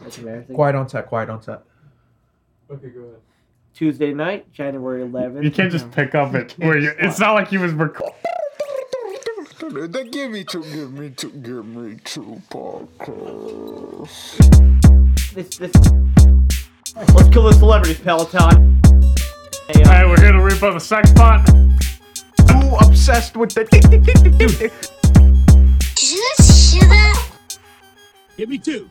That's embarrassing. Quiet on set. Quiet on set. Okay, go ahead. Tuesday night, January 11th. You can't just pick up it. Where you, it's not like he was recording. They give me two, give me two, give me two podcasts. This, this. Let's kill the celebrities, Peloton. Hey, uh, Hey, we're here to repo the sex pot. Too obsessed with the. Did you guys hear that?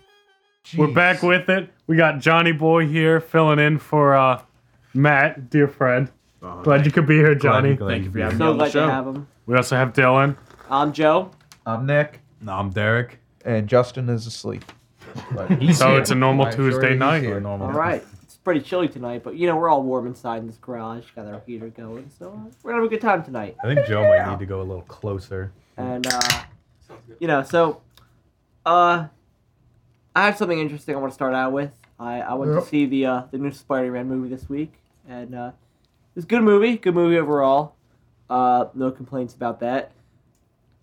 We're back with it. We got Johnny Boy here filling in for uh, Matt, dear friend. Oh, Glad you could be here, Johnny. Thank you for having me so on the glad to show. have him. We also have Dylan. I'm Joe. I'm Nick, No, I'm Um, Derek. and Justin is asleep. But So it's a normal I'm sure Tuesday he's night. here. normal. All right. It's pretty chilly tonight, but you know, we're all warm inside in this garage. Got our heater going, so uh, we're going to have a good time tonight. I think Joe might need to go a little closer. And, uh, you know, so, uh, I have something interesting I want to start out with. I, I went Yep. to see the, uh, the new Spider-Man movie this week, and, uh, it was a good movie, good movie overall. Uh, no complaints about that.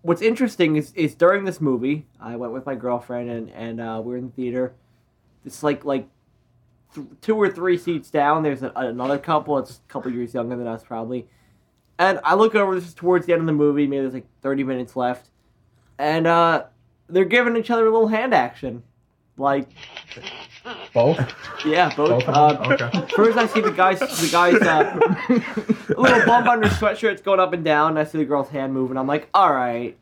What's interesting is, is during this movie, I went with my girlfriend, and, and, uh, we were in the theater. It's like, like, th- two or three seats down, there's a, another couple, it's a couple years younger than us, probably. And I look over this is towards the end of the movie, maybe there's like 30 minutes left. And uh they're giving each other a little hand action. Like, Both. yeah, both. Both of Uh, them? Okay. first, I see the guys, the guys, uh, a little bump on their sweatshirts going up and down. and I see the girl's hand moving. I'm like, all right,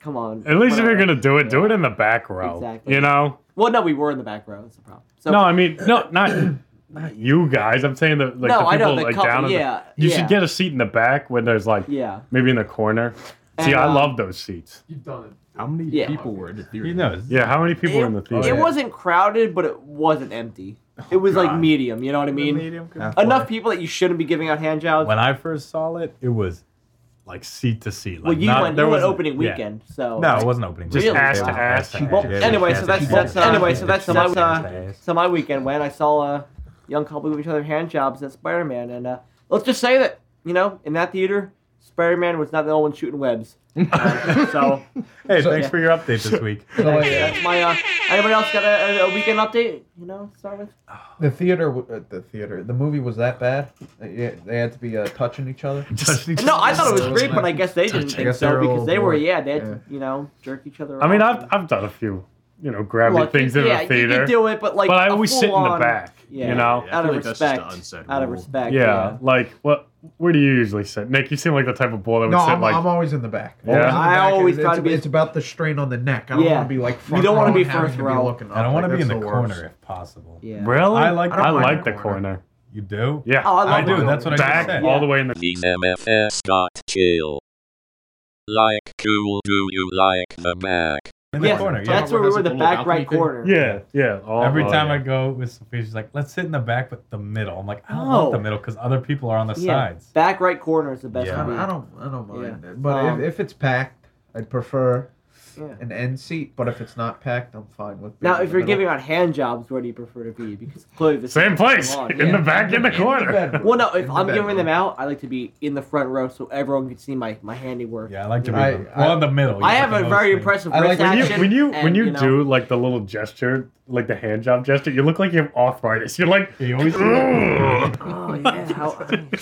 come on. At least if you're whatever." gonna do it, do it in the back row. Exactly. You know? Well, no, we were in the back row. That's the problem. So, No, I mean, no, not not you guys. I'm saying the like No, the people I know, the like couple, down. in the- yeah, you yeah. should get a seat in the back when there's like yeah. maybe in the corner. See, And, I uh, love those seats. You've done it. How many Yeah. people were in the theater? He knows. Yeah, how many people It, are in the theater? it wasn't crowded, but it wasn't empty. It was like God. medium, you know what I mean? Enough people that you shouldn't be giving out hand jobs. When I first saw it, it was like seat to seat. Like Well, you not, went. there You went wasn't- opening yeah. weekend, so No, it wasn't opening. Just weekend. ass to It was ass. ass to ass. anyway, so that's that's Yeah. anyway, so that's Yeah. that's Ass uh, to ass. so my weekend when I saw a young couple give each other hand jobs at Spider Man, and uh, let's just say that you know in that theater, Spider Man was not the only one shooting webs. Uh, so Hey, So- thanks yeah. for your update this week. So, like, that's my. Uh, anybody else got a, a weekend update? You know, start with. the theater, w- uh, the theater, the movie was that bad. Uh, yeah, They had to be uh, touching each other. No, I thought it was great, but I guess they didn't I think guess so they're a because they little were bored. yeah they had to, you know jerk each other. I mean, off I've I've done a few, you know, grabby Look, things in yeah, the you- theater. You, do it, but like but I a always sit in the full-on- back. Yeah. You know. Yeah. I Out feel of like that's just respect. an unsaid Out of rule. respect. Yeah, like what? Where do you usually sit, Nick? You seem like the type of boy that would No, sit I'm, like I'm always in the back. Yeah. Always in I the back, and always it's, try to it's- be- It's about the strain on the neck. I don't Yeah. want to be like. Front don't wanna row be and having first to row. looking I don't up, want like, to be in the that's worst. corner if possible. Yeah. really. I like. I don't I mind like the the corner. corner. You do? Yeah, Oh, I love I do. the That's what I back just said. all the way in the. These MFS got chill. Like cool, do you like the Mac? In the Yeah, corner. Yeah. that's where we were in the Little back right corner. balcony thing. Yeah, yeah. all- Every oh, time yeah. I go with Sophia, she's like, "Let's sit in the back, but the middle." I'm like, "I don't No. want the middle because other people are on the Yeah. sides." Back right corner is the best. Yeah. I one. don't, I don't, I don't mind. Yeah. it. But Um, if, if it's packed, I'd prefer Yeah. an end seat. But if it's not packed, I'm fine with. being Now, in if the you're middle. giving out hand jobs, where do you prefer to be? Because clearly the Same place, Come on, in yeah. the back, in the corner. bedroom. Well, no. If In the I'm giving bedroom. them out, I like to be in the front row so everyone can see my my handiwork. Yeah, I like to be I- the- I- well in the middle. I You have can a always very sit. impressive I wrist like when you- action. when you when and, you, know, do like the little gesture, like the hand job gesture, you look like you have arthritis. You're like, Yeah, you always do that. "Ugh." Oh yeah. How,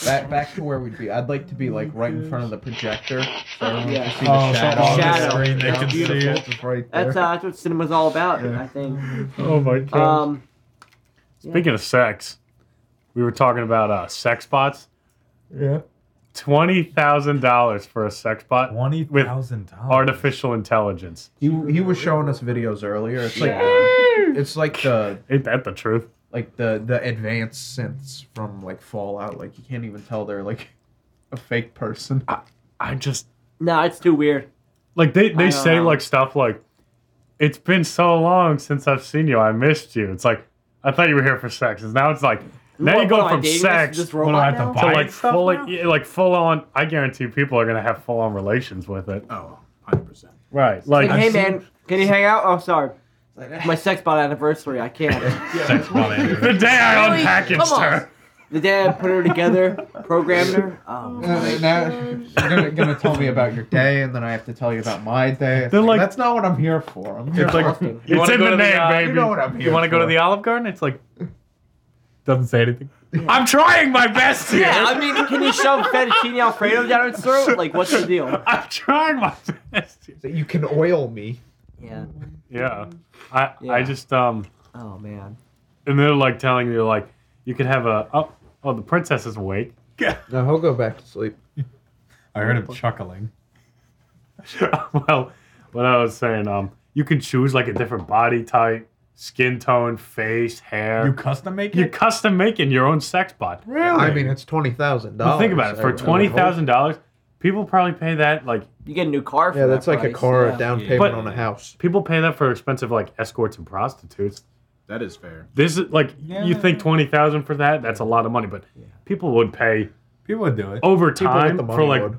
back, back to where we'd be. I'd like to be like right in front of the projector, so everyone Yeah. can see the Oh, so shadow. on Shadow. the screen they That's can see beautiful. it. It's right there. that's uh, that's what cinema's all about, Yeah. I think. oh my god. Um, Speaking of sex, we were talking about uh, sex bots. yeah. Twenty thousand dollars for a sex bot. Twenty with thousand dollars. artificial intelligence. He he was showing us videos earlier. It's like it's like the Ain't that the truth? like the the advanced synths from like Fallout. Like you can't even tell they're like a fake person. I just no, it's too weird. like they I they don't say know. like stuff like, "It's been so long since I've seen you. I missed you." It's like I thought you were here for sex. And now it's like now What- you what go am I from dating this- sex this to What do I robot have to now? buy like stuff full now? yeah, like full on. I guarantee people are gonna have full on relations with it. Oh, 100%. Right? Like hey man, can you hang out? Oh, sorry. It's my sex bot anniversary. I can't. Sex bot. the day I Really? unpackaged Come on. her. The dad put her together, programmed her. Oh, Now, they- now you're gonna tell me about your day, and then I have to tell you about my day. It's They're like- that's not what I'm here for. I'm here It's like- for it's wanna in go the to the, name, uh, baby. you know what I'm here. You want to go to for. the Olive Garden? It's like doesn't say anything. I'm trying my best here. yeah, I mean, can you shove fettuccine alfredo down its throat? Like, what's the deal? I'm trying my best. Here. That you can oil me. Yeah. Yeah. I Yeah. I just um Oh man. and they're like telling you like you could have a oh oh the princess is awake. No, he'll go back to sleep. I heard him chuckling. well, what I was saying um you can choose like a different body type, skin tone, face, hair. You You custom make you're it? custom making your own sex bot. really? I mean, it's twenty thousand Well, dollars. think about it. For twenty thousand dollars, people probably pay that like You get a new car. For Yeah, that's that like a price, car, yeah. a down Yeah. payment But- on a house. people pay that for expensive like escorts and prostitutes. That is fair. This is like you think twenty thousand for that? That's a lot of money, but people would pay people would do it. over People with time the money for like would.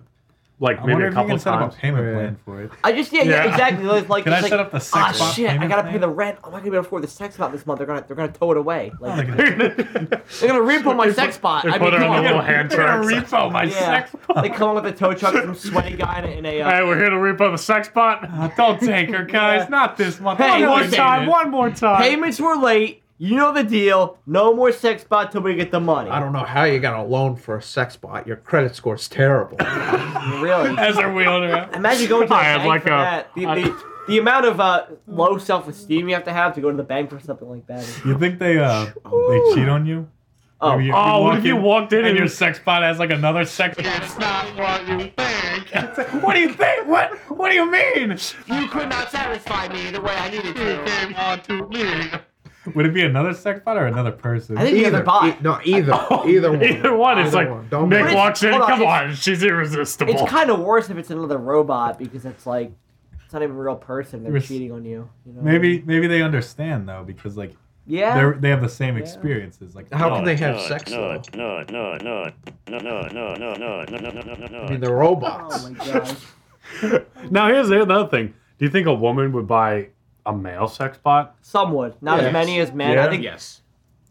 like I Oh, maybe wonder a if you couple can set up times. a payment Yeah. plan for it. I just yeah, yeah, Yeah. exactly. It's like, Can it's I like, set up the sex Ah box shit! I payment gotta pay plan? the rent. I'm not gonna be able to afford the sex box this month. They're gonna they're gonna tow it away. Like, Like, they're gonna repo my sex bot. Oh, They I mean, put her come on a little on. hand gonna truck. repo my Yeah. sex bot. They come with a tow truck, some sweaty guy, and a, and a uh, Hey, we're here to repo the sex bot. Don't take her, guys. Yeah. Not this month. Hey, one more listen. time. One more time. Payments were late. You know the deal. No more sex bot till we get the money. I don't know how you got a loan for a sex bot. Your credit score's terrible. really. As they're wheeling her out. Imagine going to the I have bank like for a- that. The, I- the, the amount of uh, low self esteem you have to have to go to the bank for something like that. is- You think they uh they cheat on you? Oh, Maybe you- Oh, you what walk if you in walked in and and your you- sex bot has like another sex? It's not what you think. what do you think? What? What do you mean? you could not satisfy me the way I needed came on to me. Would it be another sex bot or another person? I think the other bot. e- no, either, either one. Oh, Either one, it's like Don't Nick make- walks in. hold on, Come it's- on, she's irresistible. It's kind of worse if it's another robot because it's like it's not even a real person. They're Res- cheating on you. you know? maybe maybe they understand though because like Yeah. they're they have the same experiences. Like oh, How can they have sex though? No, no, no, no, no, no, no, no, no, no, no, no, I no. mean, they're robots. Oh my gosh. now here's the other thing. Do you think a woman would buy a male sex bot? Some would, not as Yes. many as men. Yeah. I think. Yes.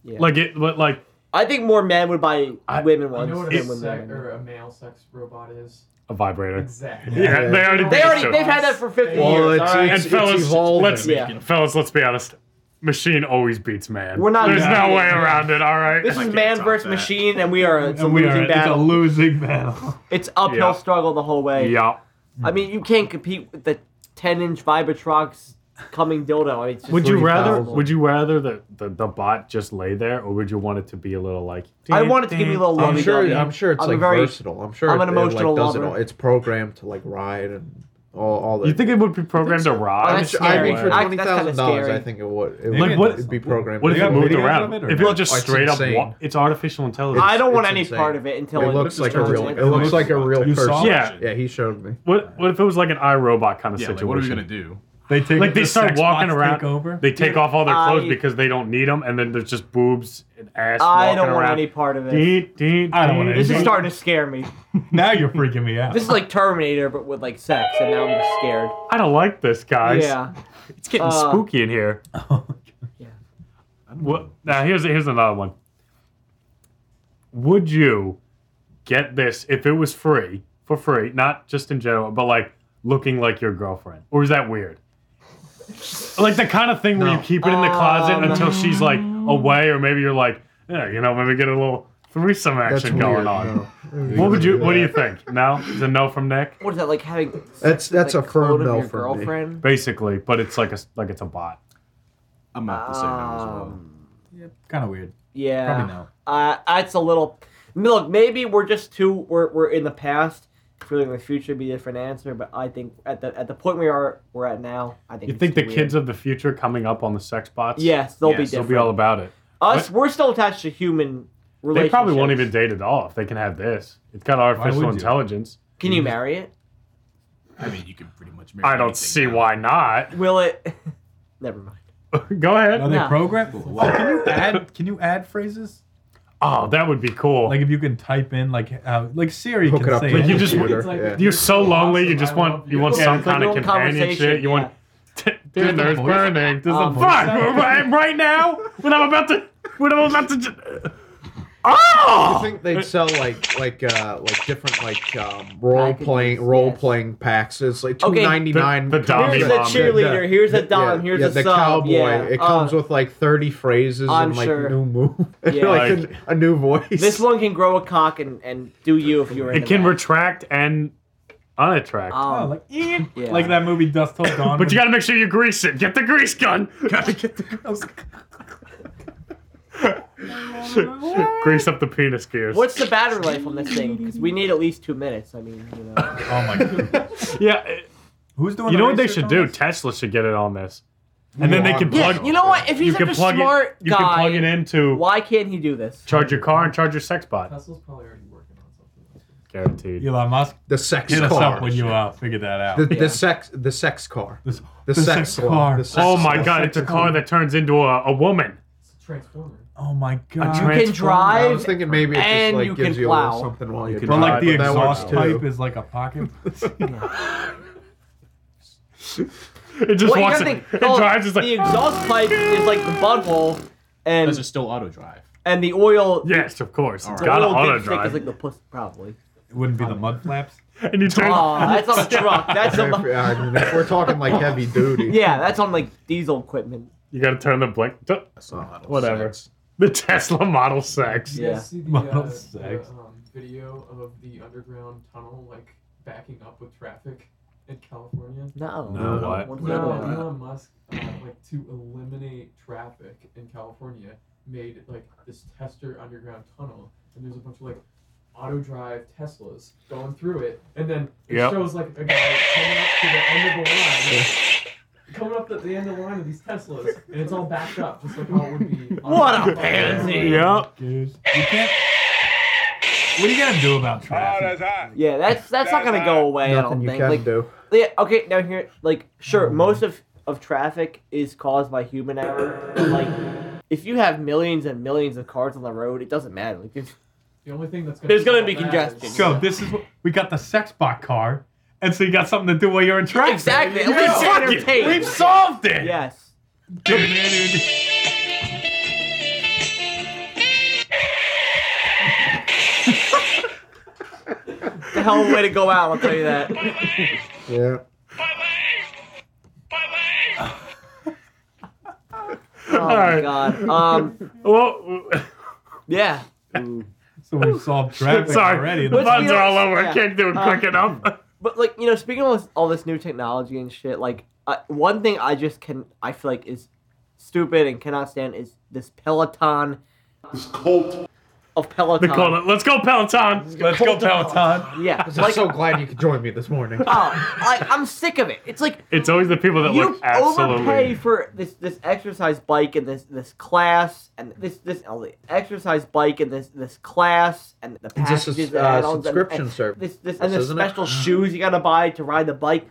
Yeah. Like it, but like I think more men would buy I- women You ones know what than a, women. sex, would. or a male sex robot is? a vibrator. Exactly. Yeah, they already. They did already so. they've had that for 50 Well, years. it's- all right? And It's fellas, evolving. let's Yeah. fellas, let's be honest. Machine always beats man. We're not- There's Yeah. no way around it. All right. This I is can't man top versus that. machine, and we are it's a and we are losing it's a battle. losing battle. It's, uphill Yeah. struggle the whole way. yeah. I mean, you can't compete with the 10 inch Vibratrox coming dildo. I mean, it's just Would you really rather? impossible. Would you rather the, the the bot just lay there, or would you want it to be a little like? I want it to give you a little I'm lovey sure. dovey. I'm sure it's I'm a like very- versatile. I'm sure I'm an it- it, like, emotional does it lover. all. It's programmed to like ride and all all that. You think it would be programmed to Oh, ride? that's I mean, scary. for I- twenty that's kinda thousand dollars, I scary. think it would. It Like, would what- it'd be programmed. What if They it got moved videos around? of it or if it not? was just Oh, it's straight up, insane. wa- it's artificial intelligence. I don't It's- want it's any insane. part of it until It looks until like a it's real. like- It looks like a real You saw person. it? Yeah, he showed me. what what if it was like an iRobot kind of Yeah, like, situation? what are we gonna do? They take Like, they the start sex walking bots around. Take over. They take off all their clothes I- because they don't need them, and then there's just boobs and ass. I walking don't want around. any part of it. Deet, deet, I don't want deet. This is Anything? starting to scare me. now you're freaking me out. This is like Terminator, but with like sex, and now I'm just scared. I don't like this, guys. Yeah. It's getting Uh, spooky in here. Oh, What, now here's here's another one. Would you get this if it was free for free, not just in general, but like looking like your girlfriend, or is that weird? Like the kind of thing where you keep it in the closet Um, until she's like away, or maybe you're like, yeah, you know, maybe get a little threesome That's action weird, going on. no. What would you? What do you think? No, is a no from Nick, What is that like having? sex That's- with that's the a firm clone of no your for me. girlfriend. basically, but it's like a like it's a bot. I'm not the same as well. Um, kind of weird. yeah. Probably not. Uh, that's a little. Look, maybe we're just too we're, we're in the past. Feeling the future would be a different answer, but I think at the at the point we are we're at now, I think You it's think the weird. kids of the future coming up on the sex bots? Yes, they'll be Yes, they'll different. be all about it. Us, we're still attached to human relationships. They probably won't even date at all if they can have this. It's got artificial would you? intelligence. Can you marry it? I mean, you can pretty much. Marry I don't anything see now. why not. Will it? Never mind. Go Are ahead. they No. programmed? Oh, can you add? Can you add phrases? Oh, that would be cool. Like if you can type in like how like Siri Hook can it up. say to Like, anything. you just- computer, like- yeah. You're so lonely. You Awesome, just I want love you you. want Yeah, some it's like kind a of little companionship. conversation, You want There's a dinner's voice- burning. There's Um, a fuck right, right now when I'm about to when I'm about to. I Oh! think they'd sell like like uh like different like um role playing Packages, role yes. playing packs. It's like two Okay. ninety nine. The- the Dom Here's Here's a a cheerleader. Here's a dom. yeah, here's yeah, a the sub. cowboy. Yeah. It comes Uh, with like thirty phrases I'm and like sure. new move, Yeah. like, Like- a, a new voice. This one can grow a cock and, and do you if you're. It into can that. retract and unattract. Um, like, eh, yeah. like that movie Dust Till Dawn. but you gotta make sure you grease it. Get the grease gun. Gotta get the girls. grease up the penis gears. What's the battery life on this thing? Because we need at least two minutes. I mean, you know. Oh my god. Yeah, eh, Who's doing? you the know what they research should on do? this? Tesla should get it on this, and then they can Yeah, plug. you know what? If he's you can such a plug smart it. You guy, can plug it into why can't he do this? charge your car and charge your sex bot. Tesla's probably already working on something. Guaranteed. Elon Musk, the sex hit us up car. when you uh, figure that out. The, Yeah. the sex the sex car. This- The, sex, car. The sex Oh my car. god, it's a car that turns into a, a woman. It's a transformer. Oh my god. You can Transformer. I was drive. thinking maybe it just And like you gives can you a little plow. something while You you can but drive, like the but that exhaust works, too. pipe is like a pocket. It just Well, you wants gotta it. think, it oh, drives. It's like the exhaust pipe is like the butthole, Does it and still auto drive? and the oil. Yes, of course. It's All the got to oil auto dipstick Is drive. like the puss, probably. It wouldn't be the mud flaps. and you turn. Oh, that's on a truck. That's a. If, I mean, if we're talking like heavy duty, Yeah, that's on like diesel equipment. You got to turn the blink. That's not auto Whatever. sex. The Tesla Model Sex. You Yeah. guys see the, Model uh, the six. um, video of the underground tunnel like backing up with traffic in California? No. No, what? What's No, that about? Elon Musk, uh, like to eliminate traffic in California, made like this tester underground tunnel, and there's a bunch of like auto drive Teslas going through it, and then it Yep. shows like a guy coming up to the end of the line, coming up at the end of the line of these Teslas, and it's all backed up, just like how it would be. on- What a on- pansy. Yep. Dude, you can't. What are you gonna do about traffic? Yeah, that's that's not gonna go away. I nothing don't you think. can Like, do. yeah, okay, now here, like, sure, Mm. most of of traffic is caused by human error. But, like, if you have millions and millions of cars on the road, it doesn't matter. Like, if- The only thing that's gonna There's gonna stop be that congestion. is- So this is what we got the sex bot car, and so you got something to do while you're in traffic. exactly. At You least fuck it. entertain. We've solved it. Yes. The hell of a way to go out. I'll tell you that. Yeah. Oh my Alright. god. Um. Well, Yeah. So we've solved traffic sorry. already. The What's buttons the- are all over. yeah. Uh, I can't do it quick enough. But like you know, speaking of all this, all this new technology and shit, like uh, one thing I just can I feel like is stupid and cannot stand is this Peloton. This cult of They Peloton. call it. Let's go Peloton. Let's go Peloton. Yeah, I'm like so glad you could join me this morning. oh, I, I'm sick of it. It's like It's always the people that you look absolutely. overpay for this this exercise bike and this this class and this this oh, the exercise bike and this this class and the It's just a packages s- and uh, add-ons and- subscription and service, This this and the isn't it? special shoes you gotta buy to ride the bike.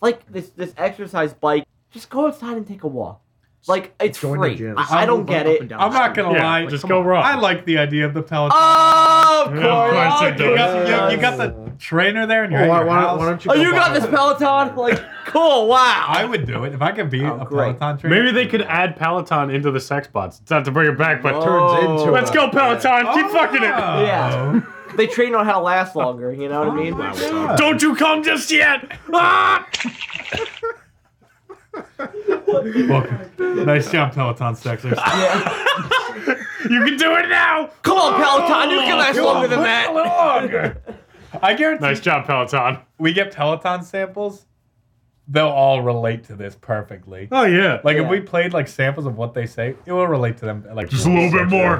Like this this exercise bike, just go outside and take a walk. Like it's Join the free. gym. I, I don't get it. I'm not gonna Yeah, lie. just go wrong. I like the idea of the Peloton. Oh, of Yeah, course. of course it you, got, yes. you, you got the trainer there, and you're Well, at why, why your don't, house. why don't you? Oh, go you got buy this one? Peloton? Like, cool. Wow. I would do it if I could be Oh, a great. Peloton trainer. Maybe they could add Peloton into the sex bots. It's not to bring it back, but Whoa. Oh, Turns into. Oh, let's a- go Peloton. Keep fucking Oh. it. Yeah. They train on how to last longer. You know what I mean? Yeah. Don't you come just yet. Ah! Welcome. nice job, Peloton sexers. Yeah. You can do it now. Come on, Peloton. You can last longer than A that. little longer. I guarantee Nice job, Peloton. we get Peloton samples, they'll all relate to this perfectly. Oh yeah. Like Yeah. if we played like samples of what they say, it will relate to them. Like Just a little bit more.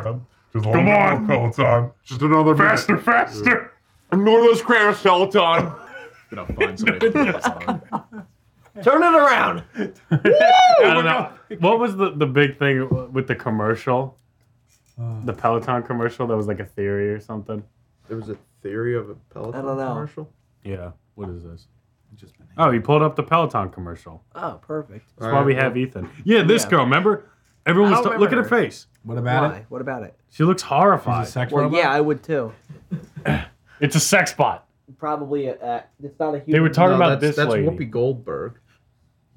Just a little Come bit on. more, Peloton. Just another faster, minute. faster. Ignore those cramps, Peloton. Gonna find somebody. to Peloton. Turn it around. I don't know. Oh, What was the, the big thing with the commercial? The Peloton commercial that was like a theory or something. There was a theory of a Peloton I don't know. commercial. Yeah. What is this? Just been- Oh, you pulled up the Peloton commercial. Oh, perfect. That's why we have Ethan. Yeah, this Yeah. girl. Remember? Everyone I was don't ta- look at her remember her. face. What about it? What about it? She looks horrified. She's a sex Well, robot? yeah, I would too. it's a sex bot. Probably. A, uh, it's not a human. They were No, talking about that's, this that's lady. Whoopi Goldberg.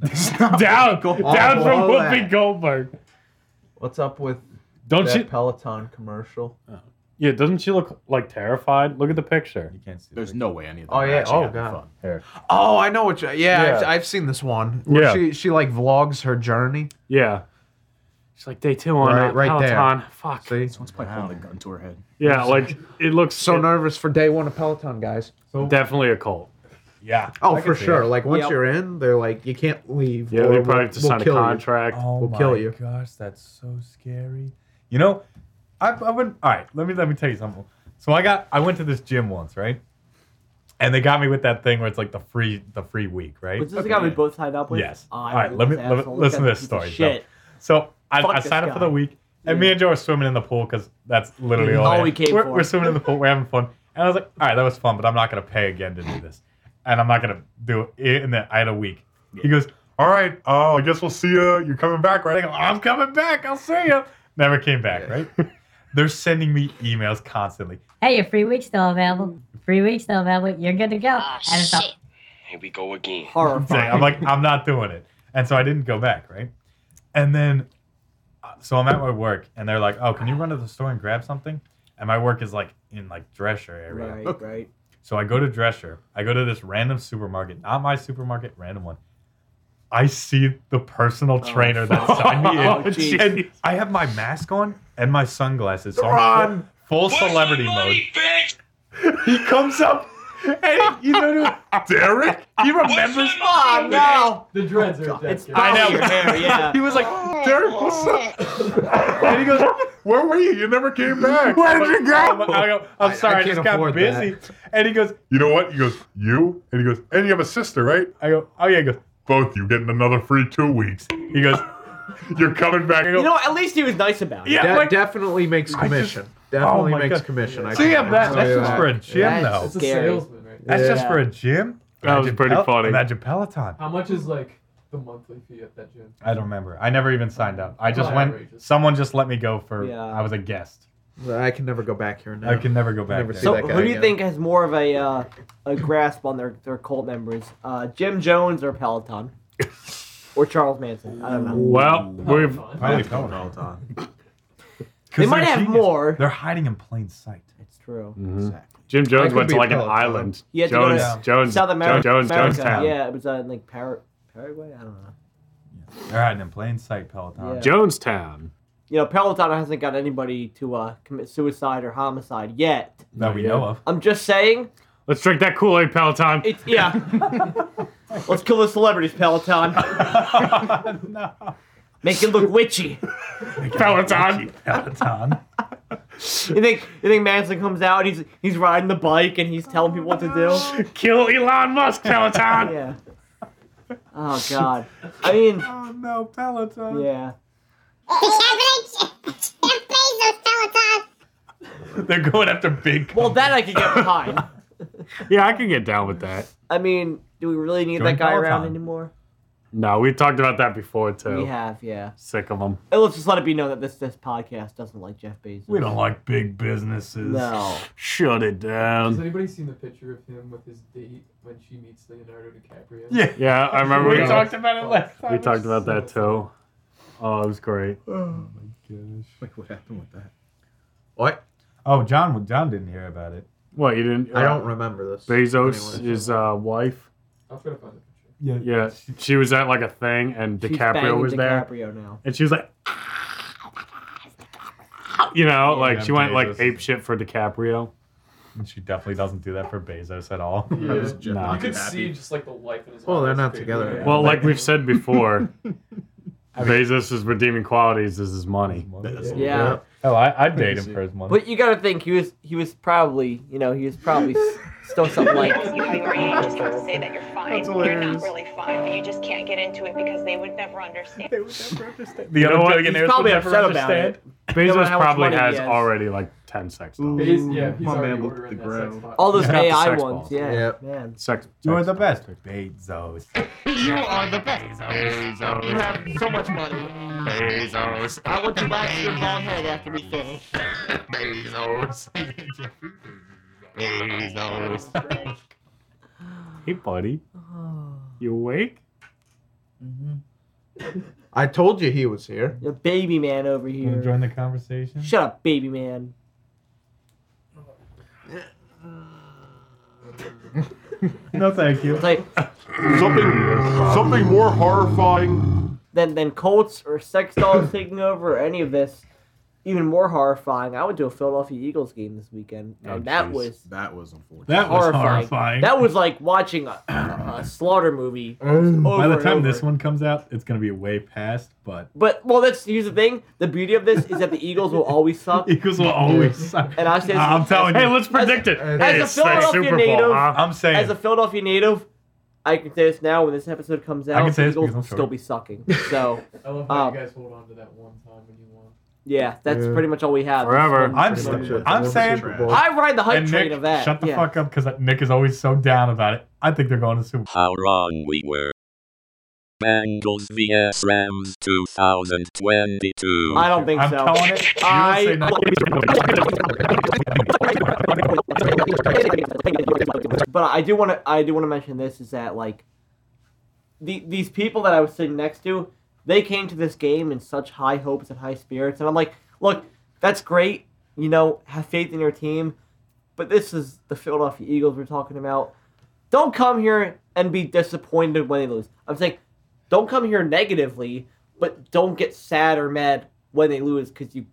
down, down Oh, from all Whoopi that. Goldberg. What's up with Don't you? Peloton commercial? Yeah, doesn't she look like terrified? Look at the picture. You can't see. There's no way any of them. Oh, are yeah. actually Oh, having God. fun. Here. Oh, I know what. You, yeah, I've, Yeah. I've seen this one. Where Yeah. She she like vlogs her journey. Yeah. She's like day two on Right- uh, right there. Peloton. Fuck. See, This one's probably holding a gun to her head. Yeah, like it looks so it- nervous for day one of Peloton, guys. definitely a cult. Yeah. Oh, I for can see sure. it. Like once Yep. you're in, they're like you can't leave. Yeah, or they we'll- probably have to we'll sign a kill you. contract. Oh We'll kill my you. Gosh, that's so scary. You know, I've, I've been all right. Let me let me tell you something. So I got I went to this gym once, right? And they got me with that thing where it's like the free the free week, right? Was this the guy we both signed up with? Yes. I All right, love let me- this let me- asshole. listen to This this guy's a piece of story, though. Shit. So I, Fuck I this signed up for guy. the week, and me and Joe are swimming in the pool because that's literally all, All I- we came we're, for. We're swimming in the pool, we're having fun, and I was like, "All right, that was fun, but I'm not gonna pay again to do this, and I'm not gonna do it." And then I had a week. He goes, "All right, oh, I guess we'll see you. You're coming back, right?" I go, "I'm coming back. I'll see you." Never came back, right? They're sending me emails constantly. Hey, your free week's still available. Free week's still available. You're good to go. Oh, and it's all, shit. Here we go again. Horrifying. thing. I'm like, I'm not doing it. And so I didn't go back, right? And then, uh, so I'm at my work, and they're like, oh, can you run to the store and grab something? And my work is like in like Dresher area. right, right. So I go to Dresher. I go to this random supermarket, not my supermarket, random one. I see the personal trainer that signed me in. Oh, jeez. and I have my mask on and my sunglasses. So I'm Run! full, full celebrity mode. He comes up and he, you know, Derek, he remembers. Oh no! The dreads are dead. It's kid. I know. Your hair, yeah. Oh, He was like, Derek, what's up? And he goes, Where were you? You never came back. Where did you go? oh, I'm, like, I go, I- I'm I sorry, I, can't just got afford that. busy. And he goes, You know what? He goes, you? And he goes, and you have a sister, right? I go, Oh yeah, he goes, Both you getting another free two weeks. he goes, You're coming back. You know, what? at least he was nice about it. Yeah. De- like- definitely makes commission. definitely oh my makes God. commission. I See can him that tell that's you just that. for a gym That's- though. It's a Scary. salesman right there. That's just Yeah. for a gym? That was Imagine pretty Pel- funny. Imagine Peloton. How much is like the monthly fee at that gym? I don't remember. I never even signed up. I just Oh, went. outrageous. Someone just let me go for. Yeah. I was a guest. I can never go back here now. I can never go back. Never there. see So, that guy who do you again. think has more of a uh, a grasp on their, their cult members, uh, Jim Jones or Peloton, or Charles Manson? I don't know. Well, we've Probably That's Peloton. Peloton. 'Cause They might they're have genius. more. They're hiding in plain sight. It's true. Jim That Jones could went be to like an Peloton. island. You had to go Jones, to Jones, South America. Jones, America. Jonestown. Yeah, it was uh, in like Par- Paraguay. I don't know. They're hiding in plain sight, Peloton. Yeah. Jonestown. You know, Peloton hasn't got anybody to uh, commit suicide or homicide yet. That we know of. I'm just saying, Let's drink that Kool Aid, Peloton. it's yeah. Let's kill the celebrities, Peloton. no. Make it look witchy. Peloton. Peloton. You think you think Manson comes out? He's he's riding the bike and he's telling people what to Oh, do. Kill Elon Musk, Peloton. Yeah. Oh God. I mean, Oh no, Peloton. yeah. They're going after big. Well, that I could get behind. Yeah, I can get down with that. I mean, do we really need Join that guy around Peloton. anymore? No, we talked about that before too. We have, yeah. Sick of them. And let's just let it be known that this this podcast doesn't like Jeff Bezos. we don't like big businesses. No. Shut it Has down. anybody seen the picture of him with his date when she meets Leonardo DiCaprio? Yeah. Yeah, I remember we, We talked. talked about it last time. We talked about that too. Oh, it was great. Wait, what happened with that? What? Oh, John. John didn't hear about it. What you didn't? uh, I don't remember this. Bezos, Anyway. his uh, wife. I'll try to find the picture. Yeah. Yeah, she was at like a thing, and She's banging DiCaprio was there, DiCaprio now. and she was like, you know, like Yeah, she went like Bezos. ape shit for DiCaprio. And she definitely doesn't do that for Bezos at all. Yeah. That was You just- Nah. You I'm could happy. see just like the life in his Well, eyes. they're not It's together crazy. anymore. Well, like we've said before, Bezos' redeeming qualities is his money. Yeah. Yeah. Hell, Oh, I, I'd date him for his money. But you gotta think he was he was probably you know he was probably s- still something like you just have to say that you're fine. That's You're not hilarious. really fine, but you just can't get into it because they would never understand. they would never understand. You The know other what? billionaires He's would probably never upset about understand. No Bezos matter how much probably money he has has. already like ten sex dolls. But he's, yeah, he's My already man looked the ordering that sex ground. bot. all those He's got the AI sex ones. balls. Yeah, Yep. man. Sex. You are sex the dolls. best, Bezos. You are the best. Bezos. You have so much money. Bezos. I want to wax your bald head after we finish. Bezos. Bezos. Hey, buddy, you awake? I told you he was here. The baby man over You wanna here. join the conversation? Shut up, baby man. No, thank you. something, something more horrifying than than Colts or sex dolls taking over or any of this. Even more horrifying, I went to a Philadelphia Eagles game this weekend, and Oh, that jeez. was that was unfortunate. That was horrifying. That was like watching a, a, a slaughter movie. Oh, over By the and time over. this one comes out, it's gonna be way past. But But well, that's here's the thing. The beauty of this is that the Eagles will always suck. Eagles will always suck. And I say, I'm telling you. Hey, let's predict it. As, Hey, a it's like Philadelphia Super Bowl, native, huh? I'm saying- as a Philadelphia native, I can say this now. When this episode comes out, I can say the this Eagles because I'm will short. still be sucking. So, I love how um, you guys hold on to that one time when you won. yeah, that's Yeah. pretty much all we have. This I'm, one's pretty st- much- I'm saying. I ride the hype And train Nick, of that. Shut the yeah. fuck up, because Nick is always so down about it. I think they're going to Super. How wrong we were. Bengals vs Rams 2022. I don't think I'm so. telling it. I. but I do want to. I do want to mention this is that like the these people that I was sitting next to, they came to this game in such high hopes and high spirits, and I'm like, look, that's great. You know, have faith in your team, but this is the Philadelphia Eagles we're talking about. Don't come here and be disappointed when they lose. I'm saying, don't come here negatively, but don't get sad or mad when they lose because you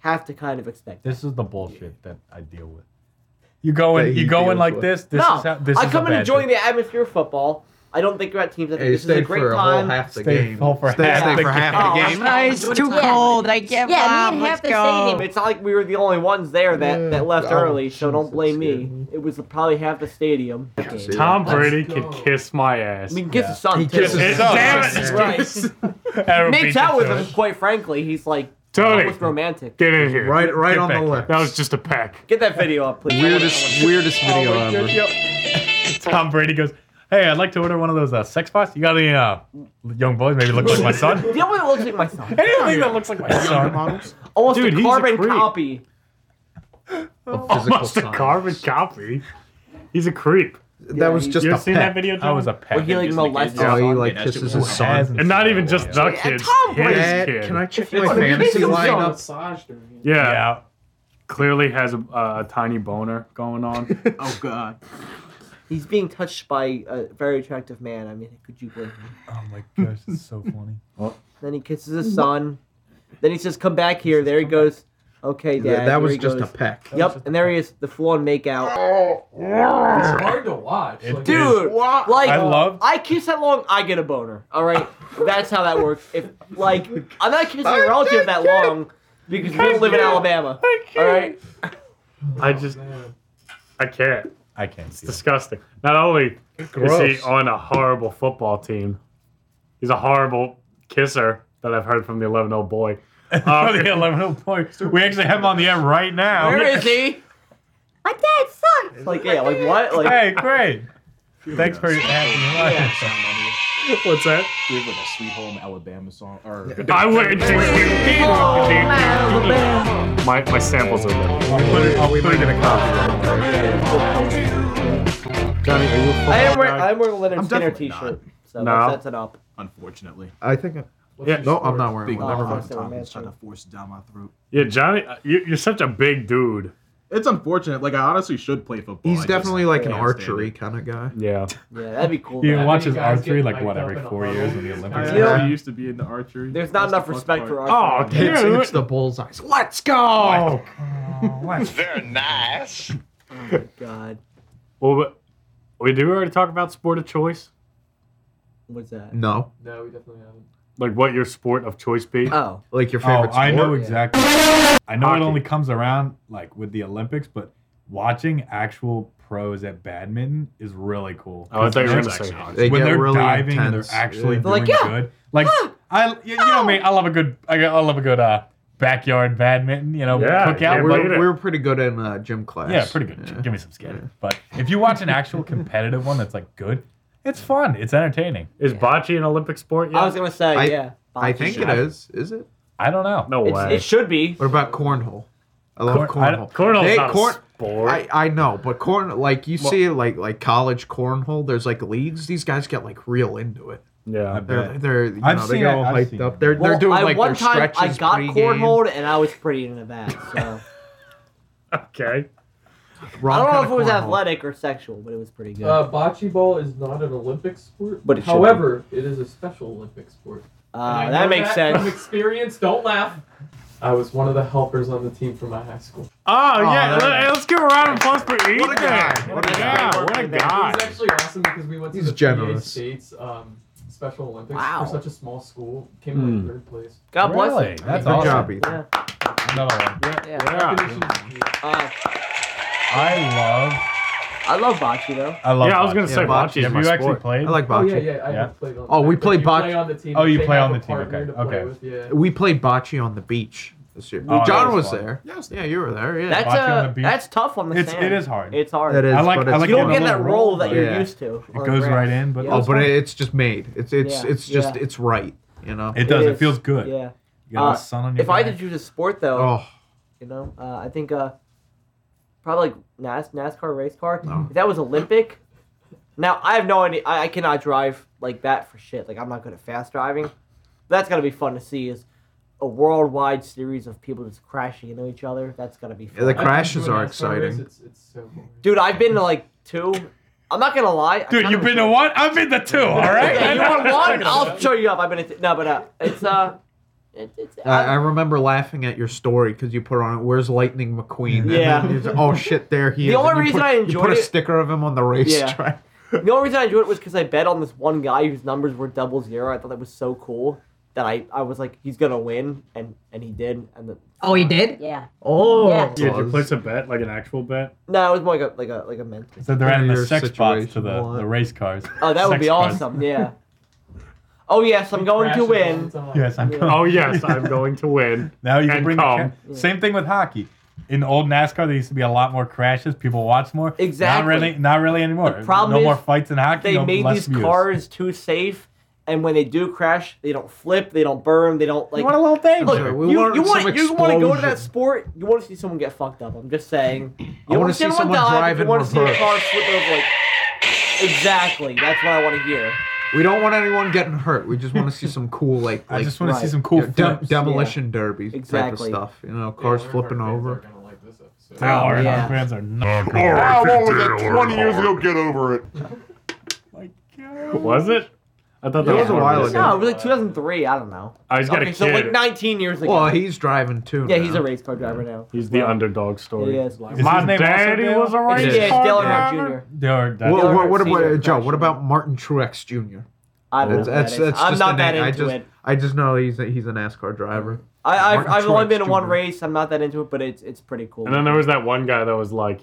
have to kind of expect. This is the bullshit that I deal with. You go in, you, go in like this. This no, is how. This I is come a and bad enjoy thing. the atmosphere of football. I don't think about teams. I think Hey, you this is a stayed great for a whole time. half the Stayed game. full for Stayed- half stayed the game. Oh, No, it's too cold. I can't yeah, bomb. We had Let's half the go. stadium. It's not like we were the only ones there that, that left Oh, early, so don't blame me. It was probably half the stadium. Tom Brady can kiss my ass. I mean, kiss his son. He kisses his son. Damn it! Right. Nick's out with him. Quite frankly, he's like Tony, almost romantic. Oh. Get in here. Right- right on the left. That was just a peck. Get that video up, please. Weirdest- weirdest Oh, video my ever. goodness. Tom Brady goes, "Hey, I'd like to order one of those uh, sex bots. You got any uh, young boys? Maybe look like my son." The only one that looks like my son. Anything that looks like my son. models. Almost Dude, a he's a carbon creep. copy. Almost a carbon copy. He's a creep. That was just you a ever seen pet. that video? I was a pet. Where he, like, Just molested yeah. his Yeah. son. Oh, he, like, kisses his son. and not even just the kids. Tom his Brady. kid. Can I check my fantasy lineup? Massage during it. Yeah. Clearly has a, a tiny boner going on. oh god. He's being touched by a very attractive man. I mean, could you blame him? Oh my gosh, it's so funny. Then he kisses his son. Then he says, "Come back here." There he goes. Okay, Yeah, dad. that here was he just a goes. peck. That was Yep, and there he is, the full-on make-out. It's hard to watch. like, Dude, like I love- I kiss that long, I get a boner. All right, that's how that works. If like I'm not kissing a relative that long because we don't live in Alabama. All right, I just, I can't. I can't. It's disgusting. Not only is Gross. he on a horrible football team, he's a horrible kisser that I've heard from the 11 old boy. Oh, the 11 old boy. We actually have him on the air right now. Where is he? My dad sucks. Like yeah, like what? Like hey, great. Thanks for having me. What's that? We have like a Sweet Home Alabama song. Or I went to- My, my samples are there. Oh, we might get a Johnny, are you I am wearing I'm wearing a Leonard I'm Skinner definitely t-shirt, so No. that's, that's an up. Unfortunately. I think. Yeah. No, I'm not wearing Big Oh, one. number Never mind. of times trying to force it down my throat. Yeah, Johnny, you, you're such a big dude. It's unfortunate. Like I honestly should play football. He's I just definitely like an can't archery kind of guy. Yeah. Yeah, that'd be cool. You man. watch his archery like what every four years in the Olympics. You know, used to be in the archery. there's not enough respect for Oh, archery. dude. It's the bullseyes. Let's go! Very nice. Oh, God, Well, but- we did we already talk about sport of choice? what's that? No. No, we definitely haven't. Like what your sport of choice be? Oh. Like oh, I know exactly. I know Hockey. it only comes around like with the Olympics, but watching actual pros at badminton is really cool. Oh, I thought you were gonna Because say when hockey. they're- They When get they're really diving and intense. they're actually Yeah. They're doing like, "Yeah. good. Like oh." I, you, you know me, I love a good, I, I love a good uh, backyard badminton. You know, cookout. we but- were, we were pretty good in uh, gym class. yeah, pretty good. Give me some skin. But if you watch an actual competitive one that's like good, it's fun. It's entertaining. Is bocce an Olympic sport? I was gonna say I- yeah. I think it is. Is it? I don't know. No It's- way. it should be. What about cornhole? I love Corn- I- cornhole. cornhole's They- not a sport. I, I know, but corn like you Well- see like like college cornhole. There's like leagues. These guys get like real into it. Yeah, they're they're you I've know, they seen get it, all I've hyped seen up. it. They're Well, they're doing I, like one their time stretches I got pregame. cornholed and I was pretty into that. So Okay. I Wrong don't know kinda if it was cornhole. athletic or sexual, but it was pretty good. Uh, bocce ball is not an Olympic sport, But it should be. however, it is a special Olympic sport. Ah, And I that know makes From sense. experience, don't laugh. I was one of the helpers on the team for my high school. Oh, yeah, there let, us give a round of applause for Ethan. What a guy! What a Yeah, guy. what a It was guy! actually awesome because we went to He's the generous. PA States um, Special Olympics Wow. for such a small school. Came in Hmm. like third place. God bless Really? him. That's Good awesome. job, Ethan. Yeah. Another one. Yeah. Uh, I love. I love bocce though. I love. Yeah, I was gonna bocce. say bocce is Have my you actually sport. played? I like Oh, yeah, yeah. I have played on Oh, we but played you play bocce- on the team. Oh, you they play have on a the team, partner okay, to play okay. with, yeah. We played bocce on the beach this year. Oh, that John was was fun. there. Yes, yeah, you were there. Yeah, That's a, that's tough on the It's- sand. it is hard. It's hard. That is, I like- but I it's like you don't the get that little roll roll, that you're yeah. used to. It goes right in, but Yeah. oh, but fun. it's just made. It's it's Yeah, it's just yeah. it's right. You know, It does. It, feels good. Yeah. You got Uh, the sun on your If I back. had to choose a sport though, Oh. you know, uh, I think uh, probably like NAS- NASCAR race car. If that was Olympic, now I have no idea. I, I cannot drive like that for shit. Like I'm not good at fast driving. That's gonna be fun to see. Is a worldwide series of people just crashing into each other. That's gonna be fun. the I've crashes been to an are NASCAR race, exciting. It's, it's so cool. Dude, I've been to like two. I'm not gonna lie. I Dude, kinda you've was- been to one? I've been to two, alright? Yeah, you want one? I'll show show you up. I've been to no, but uh, it's uh, it, it's I, I remember laughing at your story because you put on it. Where's Lightning McQueen? And Yeah. then it's, oh shit, there he The is. And only you reason put, I you put enjoyed a it- sticker of him on the racetrack. The only reason I enjoyed it was because I bet on this one guy whose numbers were double zero. I thought that was so cool that I, I was like, he's gonna win, and and he did. And the, Oh, you did? Yeah. Oh, Yeah, did you place a bet, like an actual bet? No, it was more like a like a like a mental. So they're adding the Your sex bots to situation, the, what? the race cars. Oh, that would Sex be bots. awesome. Yeah. Oh yes, I'm going to Crashes all win. the time. Yes, I'm. Yeah. Coming. Oh, yes, I'm going to win. Now you can And bring the come. ca- same thing with hockey. In old NASCAR, there used to be a lot more crashes. People watch more. Exactly. Not really. Not really anymore. The problem no is more fights in hockey. They no made less these views. cars too safe, and when they do crash, they don't flip, they don't burn, they don't like. you want a little thing? Look, Yeah, we you, want you, some want, you want to go to that explosion. sport, you want to see someone get fucked up. I'm just saying. You wanna wanna see someone die, but drive You in want to see a reverse. car flip over like. Exactly. That's what I want to hear. We don't want anyone getting hurt. We just want to see some cool, like, I like just want to right. see some cool you know, dem- flips. demolition derby type of Exactly. stuff. You know, Yeah, cars Warhammer flipping fans over. Are gonna like this episode. Now our yeah. fans are not. Ah, what was Dear that 20 years Lord. ago? Get over it. Was it? I thought that It was a more while recent. ago. No, it was like 2003. I don't know. I was Oh, got a Okay, kid. so like 19 years ago. Well, he's driving too. yeah, he's now. a race car driver now. He's the underdog story. He is. Like, Is My his name also daddy Dale? was a yeah, race it's car Dale driver. Earnhardt Jr. They are- that- Well, Dale what, what Earnhardt about Senior Joe? What crashed. about Martin Truex Jr.? I don't That's, know. who that's, that is. that's I'm just not a that name. I into just, it. I just know he's a, he's a NASCAR driver. I, I've, Martin I've only Truex been to one Jr.. race. I'm not that into it, but it's it's pretty cool. And then there was that one guy that was like,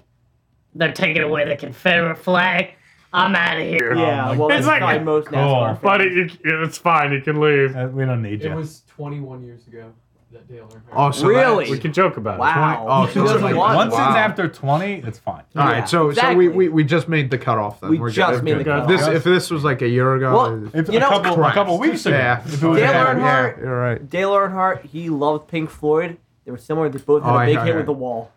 They're taking away the Confederate flag. I'm out of here. yeah, Oh my well, God. it's It's like- probably most NASCAR. fans. buddy, you, it's fine. You can leave. Uh, we don't need It you. was 21 years ago that Dale Earnhardt. Oh, so Really? that's- We can joke about it. Wow. Oh, so it's like- 2001. Once Wow. it's after 20, it's fine. All right, Yeah, so so we, exactly. we, we just made the cutoff then. We We're just good. made the Good. cutoff. This if this was like a year ago. Well, it- If You a know- couple a Christ. couple weeks ago. yeah, If it was Dale a- Earnhardt- yeah, you're right. Dale Earnhardt, he loved Pink Floyd. They were similar. They both had Oh, a I big heard hit that. with the wall.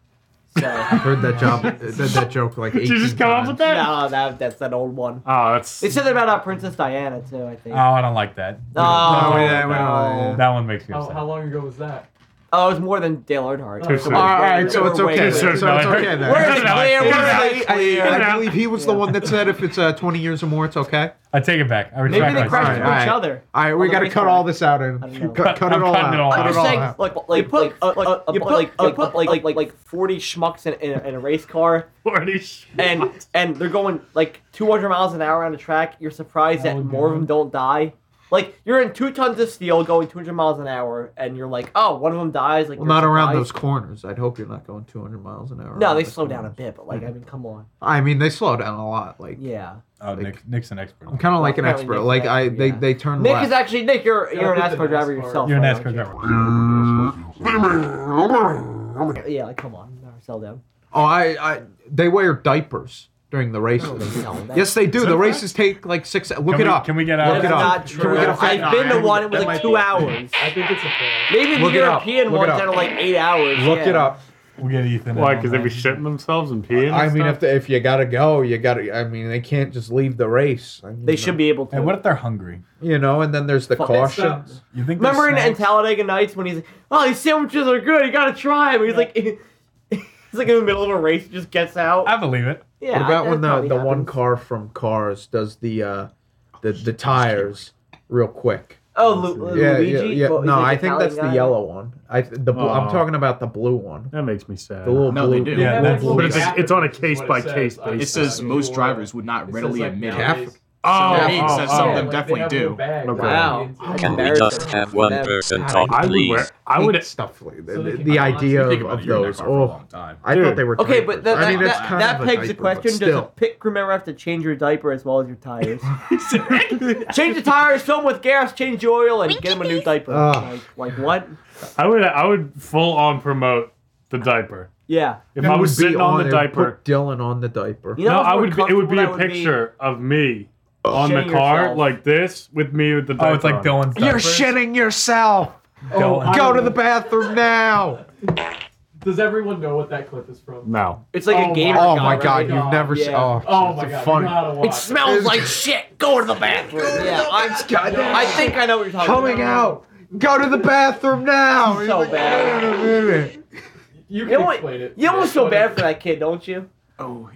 So I heard that job. did that joke like Did 18 you just come up times. with that? no, that that's that old one. Oh, that's. They said that about uh, Princess Diana too. I think. Oh, I don't like that. Oh, No, we- yeah, we don't- no. That one makes me How, upset. how long ago was that? Oh, it was more than Dale Earnhardt. Too We're soon. way- All right, so it's we're okay. way- So Too it's soon. okay then. We're in the clear. Cut it We're out. in the I, clear. I believe he was the one that said if it's uh, 20 years or more, it's okay. I take it back. I retract Maybe they myself. crashed Alright, into alright. each other. All right, On we the got to cut racetrack. all this out I don't and know. cut, cut it I'm all cutting it all out. I'm out. Cut just all saying, out. like, like, put- like, uh, uh, you put like, like, put like, like, like, forty schmucks in, in, a, in a race car, and and they're going like 200 miles an hour on the track. You're surprised that Oh, more of God. them don't die. Like you're in two tons of steel going 200 miles an hour, and you're like, oh, one of them dies. Like Well, you're not around those surprised. corners. I'd hope you're not going 200 miles an hour. No, around they those slow down a corners. bit, but like I mean, come on, I mean, they slow down a lot. Like yeah. Oh, Nick, Nick's an expert. I'm kind of like an apparently expert. Nick's Like an I, expert, they, yeah. they turn Nick left. is actually Nick. You're Yeah, you're an I think NASCAR the driver NASCAR- yourself. You're an right, NASCAR aren't driver. you? Yeah, like come on, never sell down. oh, I, I, they wear diapers during the races. No, that's- yes, they do. that The a fact? races take like six. Look Can it we- up. Can we get out That's of it up. not Can true. we get a I've fact? been to one. It was like That might two be- hours. I think it's a fair. Maybe the Look it up. European Look it ones up. out of like eight hours. Look yeah. it up. We'll get Ethan. Why? in on Because they be that. shitting themselves and peeing. and I mean, stuff? if the, if you gotta go, you gotta. I mean, they can't just leave the race. I mean, They should be able to. And what if they're hungry? You know, and then there's the Fuck, it's not- cautions. You think Remember in, in Italian? Talladega Nights when he's like, "Oh, these sandwiches are good. You gotta try them." He's like, He's like in the middle of a race, just gets out. I believe it. Yeah. what about that when the, probably the one happens. car from Cars does the uh, the the tires real quick? Oh, Lu- yeah, Luigi. yeah, yeah. Well, he's no, like I think Italian that's guy. the yellow one. I the blue, I'm Aw. talking about the blue one. That makes me sad. The little No, blue. they do. Yeah, the that's- blue but it's, guy. it's on a case by case I- basis. It says most drivers would not It readily says, like, admit it. nowadays- So Oh, that means oh, that some oh. of them Like, they definitely have them do. back. Okay. Wow. Can we just have one Them. person I- talk, I would please? wear. I would. hate stuff like So they the, can the balance- idea Think of, about it, of you're in that those. car for a Oh, long time. I Dude. thought they were. Okay, but that, diapers. I mean, that, it's that- kind that of a pegs the diaper, but question: Does a still. pit crew member have to change your diaper as well as your tires? change the tires, fill them with gas, change the oil, and get them a new diaper. Ugh. Like, like what? I would. I would full on promote the diaper. Yeah. If It I would was be sitting on the it would diaper, Put Dylan on the diaper. You know no, what's I more would. Be, it would be a comfortable? That would be picture of me on the shitting car yourself. like this with me with the diaper. Oh, it's like on. Dylan's. You're diapers. shitting yourself. Dylan. Oh, Go to the bathroom now. Does everyone know what that clip is from? No. It's like a gamer. Oh my guy, god, right? you've never seen. Yeah. Oh, Oh it's my a god, funny- you gotta watch. It smells like shit. Go to the bathroom. Yeah, I, I think I know what you're talking coming about. out. Go to the bathroom now. So He's like, bad. "Wait a minute." You You can almost, explain it. you almost Yeah, feel but bad for that kid, don't you? Oh,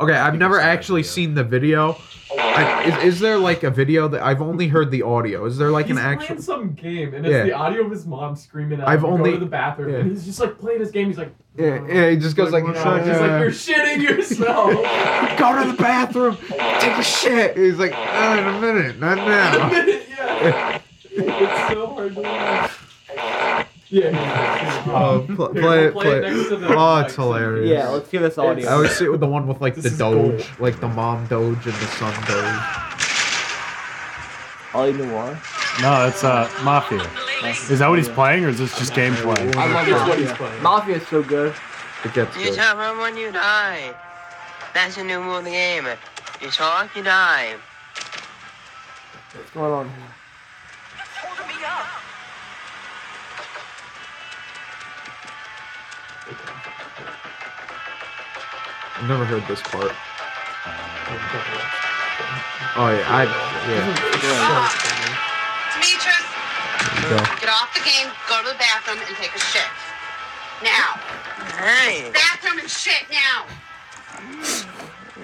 Okay, I've never actually seen the video. I, is, is there like a video that I've only heard the audio? Is there like he's an actual? playing some game, and it's Yeah. the audio of his mom screaming at I've him to only- go to the bathroom, yeah. and he's just like playing his game. He's like, Yeah, yeah, he just goes like, no, he's just like you're shitting yourself. go to the bathroom, take a shit. He's like, "Uh, in a minute, not now. yeah, it's so hard to watch. Yeah. Oh, pl- play it, play next to it. the- Oh, it's hilarious. Yeah, let's give this audio. I always see it with the one with like This the is doge, gold. like the mom doge and the son doge. Ollie Noir. No, that's uh Mafia. Is that what he's playing, or is this just gameplay? I love It's what he's Mafia. playing. Mafia is so good. It gets You good. talk when you die. That's the new rule of the game. You talk, you die. What's going on here? I've never heard this part. Oh yeah, I yeah. Demetrius, There you go. get off the game, go to the bathroom, and take a shit. Now. Hey. Bathroom and shit now.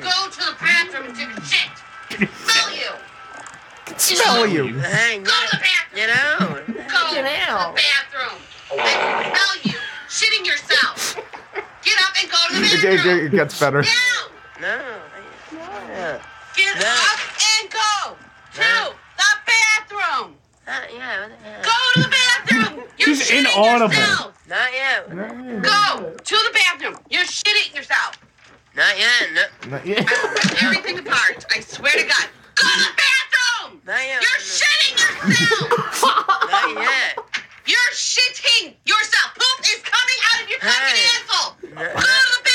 Go to the bathroom and take a shit. Smell you. Smell you. Hey, go to the bathroom. Get out. Go to the bathroom. I smell you shitting yourself. Get up and go to the It, bathroom. it, it gets better. Now. No. No. Get up and go to the bathroom. Not yet. Go to Uh, the bathroom. You're He's shitting inaudible. Yourself. Not yet. Go to the bathroom. You're shitting yourself. Not yet. No. Not yet. I will rip everything apart. I swear to God. Go to the bathroom. Not yet. You're shitting yourself. Not yet. You're shitting yourself. Poop is coming out of your fucking asshole. Go to the bathroom.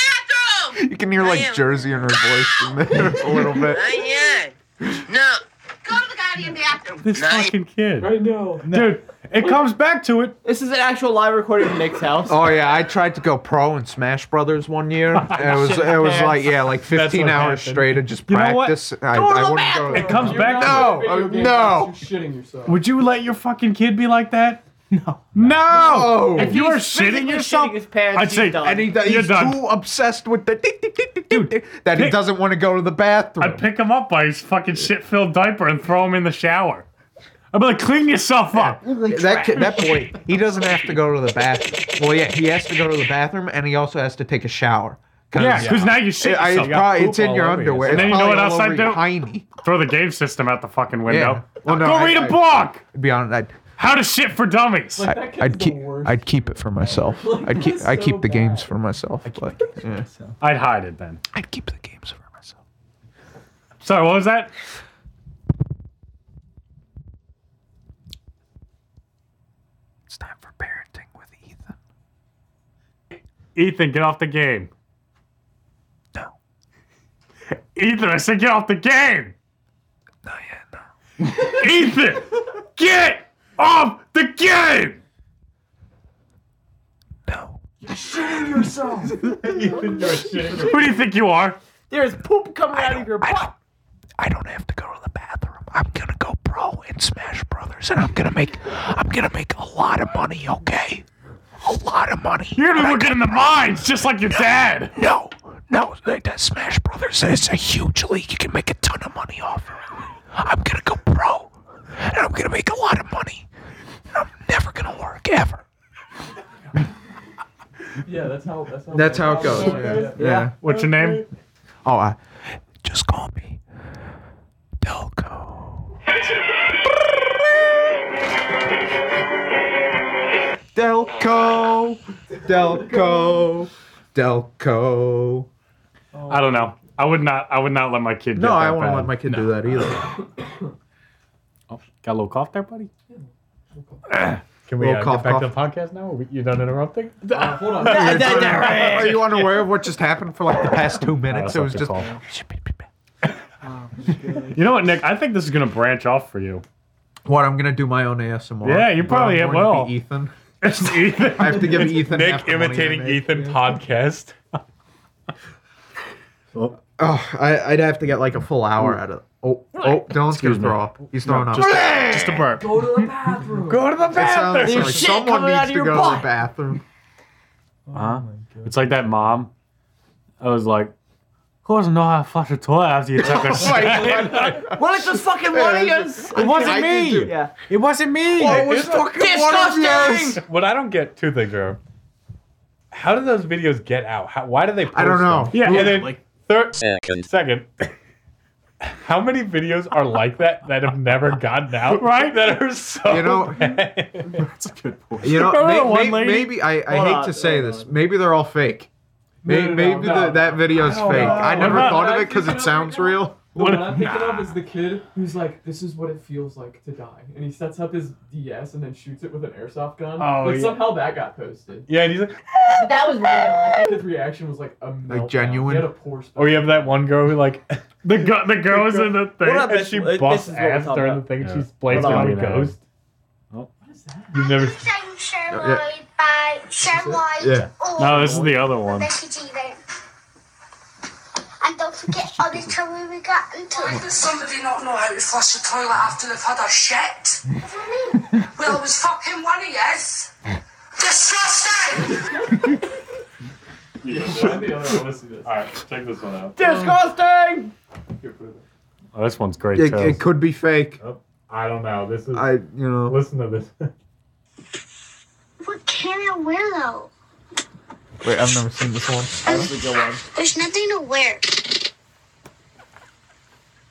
You can hear like Jersey in her voice in there a little bit. Not yet. No. Go to the goddamn bathroom. This fucking kid, I know. dude. It comes back to it. This is an actual live recording of Nick's house. Oh yeah, I tried to go pro in Smash Brothers one year. It was it was like yeah, like 15 what hours happened. straight of just You know what? practice. I, I wouldn't go. It comes You're back. to not No, playing uh, video games, no. You're shitting yourself. Would you let your fucking kid be like that? No. No. No. If you are He's physically shitting yourself, shitting his pants, I'd he's say done. and he, You're he's done. too obsessed with the tick, tick, tick, tick, tick, tick, that he pick- doesn't want to go to the bathroom. I'd pick him up by his fucking shit-filled diaper and throw him in the shower. I'd be like, clean yourself up. that kid, that boy, he doesn't have to go to the bathroom. Well, yeah, he has to go to the bathroom, and he also has to take a shower. Yeah, because now you shit It- I- yourself. it's, probably, it's in your underwear. And It's then you know probably what all else over I'd your do? Hiney. Throw the game system out the fucking window. Yeah. Well, no, Go I- read a I- book. To be honest, I'd, How to shit for dummies. Like, that kid's I'd the keep worst. I'd keep it for myself. Like, I'd keep that's I keep so the games bad. for myself. But, yeah. I'd hide it then. I'd keep the games for myself. Sorry, what was that? It's time for parenting with Ethan. Ethan, get off the game. No. Ethan, I said get off the game. No, yeah, no. Ethan, get off the game. No. shitting yourself. You're shitting yourself. Who do you think you are? There's poop coming out of your butt. I don't have to go to the bathroom. I'm gonna go pro in Smash Brothers, and I'm gonna make I'm gonna make a lot of money. Okay, a a lot of money. You're gonna be looking in the mines just like your dad. No, no, like that Smash Brothers is a huge league. You can make a ton of money off. it. I'm gonna go pro, and I'm gonna make a lot of money. And I'm never gonna work ever. Yeah, that's how. That's how. That's how it goes. Yeah. Yeah. What's your name? Oh, I just call me Delco. Delco, Delco, Delco. I don't know. I would not. I would not let my kid. No, get that I wouldn't bad. let my kid do that either. Oh, got a little cough there, buddy. Can we Little uh, cough, get back to the podcast now? Are we- You're done interrupting? Uh, hold on. Are you unaware of what just happened for like the past two minutes? It was just. You know what, Nick? I think this is gonna branch off for you. What I'm gonna do my own ASMR. Yeah, you but probably I'm will. going to be Ethan. I have to give Ethan half Nick the money I imitating make. Ethan podcast. Oh, I, I'd have to get like a full hour out of. Oh, oh, Dylan's Excuse gonna me. throw up. He's throwing No, up. just a- just a burp. Go to the bathroom. Go to the It sounds There's like shit someone coming out needs to of your go to the butt. bathroom. Huh? It's like that mom. I was like, who doesn't know how to flush a toilet after you Oh took a shit? Well, it's the fucking Warriors. It wasn't me. Yeah. It wasn't me. Oh, it was fucking one of yours. What I don't get, two things are, how do those videos get out? How, why do they? Post I don't know. them? Yeah, Yeah, and then like- third, Second. second, how many videos are like that that have never gotten out? Right? That are so. You know- bad? That's a good point. You know, Remember may- the may- one lady? maybe I, I Hold hate on, to say this. Maybe they're all fake. May- No, no, no, maybe no. the, that video's I don't fake. know. I never What thought I'm of it because it thinking of sounds right real. The one I'm thinking of is the kid who's like, "This is what it feels like to die," and he sets up his DS and then shoots it with an airsoft gun. Oh, like yeah. somehow that got posted. yeah, and he's like, But that was real. His reaction was like a meltdown. genuine? He had a poor or oh, you have that one girl who like, The, gu- the girl was in the thing. What up, and bitch? she Uh, this busts is what we're ass talking during the about. thing, and Yeah. she's blames it Hold on a on. ghost. What is that? You've never. Sherlock by Sherlock. Yeah. No, this is the other one. And don't forget all the trouble we got into. Why does somebody not know how to flush a toilet after they've had a shit? well, it was fucking one of yours. Disgusting! Alright, check this one out. Disgusting. Oh, this one's great. It, too. it could be fake. I don't know. This is. I, you know. Listen to this. What can I wear though? Wait, I've never seen this one. That's a good one. Um, There's nothing to wear.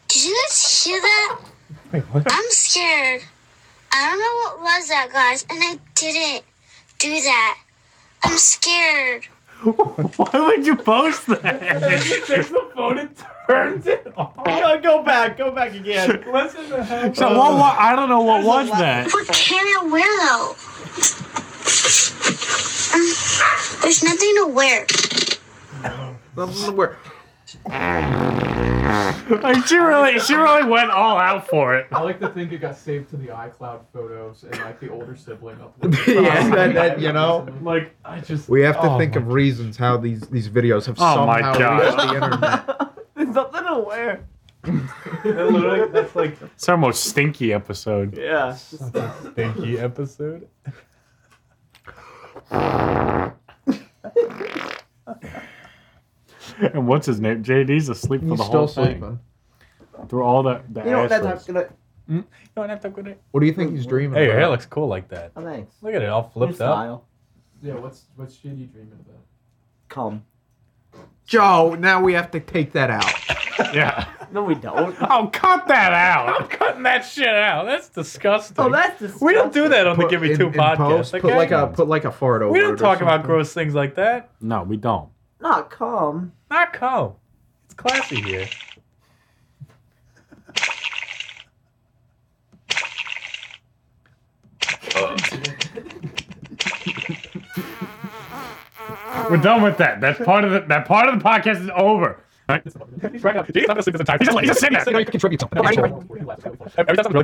Did you guys hear that? Wait, what? I'm scared. I don't know what was that, guys, and I didn't do that. I'm scared. Why would you post that? takes the phone and turns it off. No, go back. Go back again. Listen to him. so what, wa- I don't know what was that. What can I wear though? Um, there's nothing to wear. Something where- Like she really, she really went all out for it. I like to think it got saved to the iCloud photos and like the older sibling uploaded. it. yeah, that, that, you know. Like, I just We have to Oh think my of reasons how these these videos have Oh my somehow God. reached the internet. There's nothing to wear. literally, that's like it's our most stinky episode. Yeah. stinky episode. And what's his name? JD's asleep for He's the still whole thing. sleeping. Through all the, the You know what? ash That's roast. not gonna. What do you think he's dreaming Hey, your hair about? looks cool like that. Oh, thanks. Look at it all New flipped up. style. Yeah, what's what's JD dreaming about? Come. Joe, now we have to take that out. Yeah. No, we don't. Oh, cut that out. I'm cutting that shit out. That's disgusting. Oh, that's disgusting. we don't do that on the Give Me in- Two in podcast. post, okay? put like a put like a fart over. we it don't or talk about something. gross things like that. No, we don't. Not come. Not come. It's classy here. We're done with that. That's part of the that part of the podcast is over. Right? He's right now. He's not asleep this entire. He's just- he's just sitting there. He's like, "You contribute something." Every time something really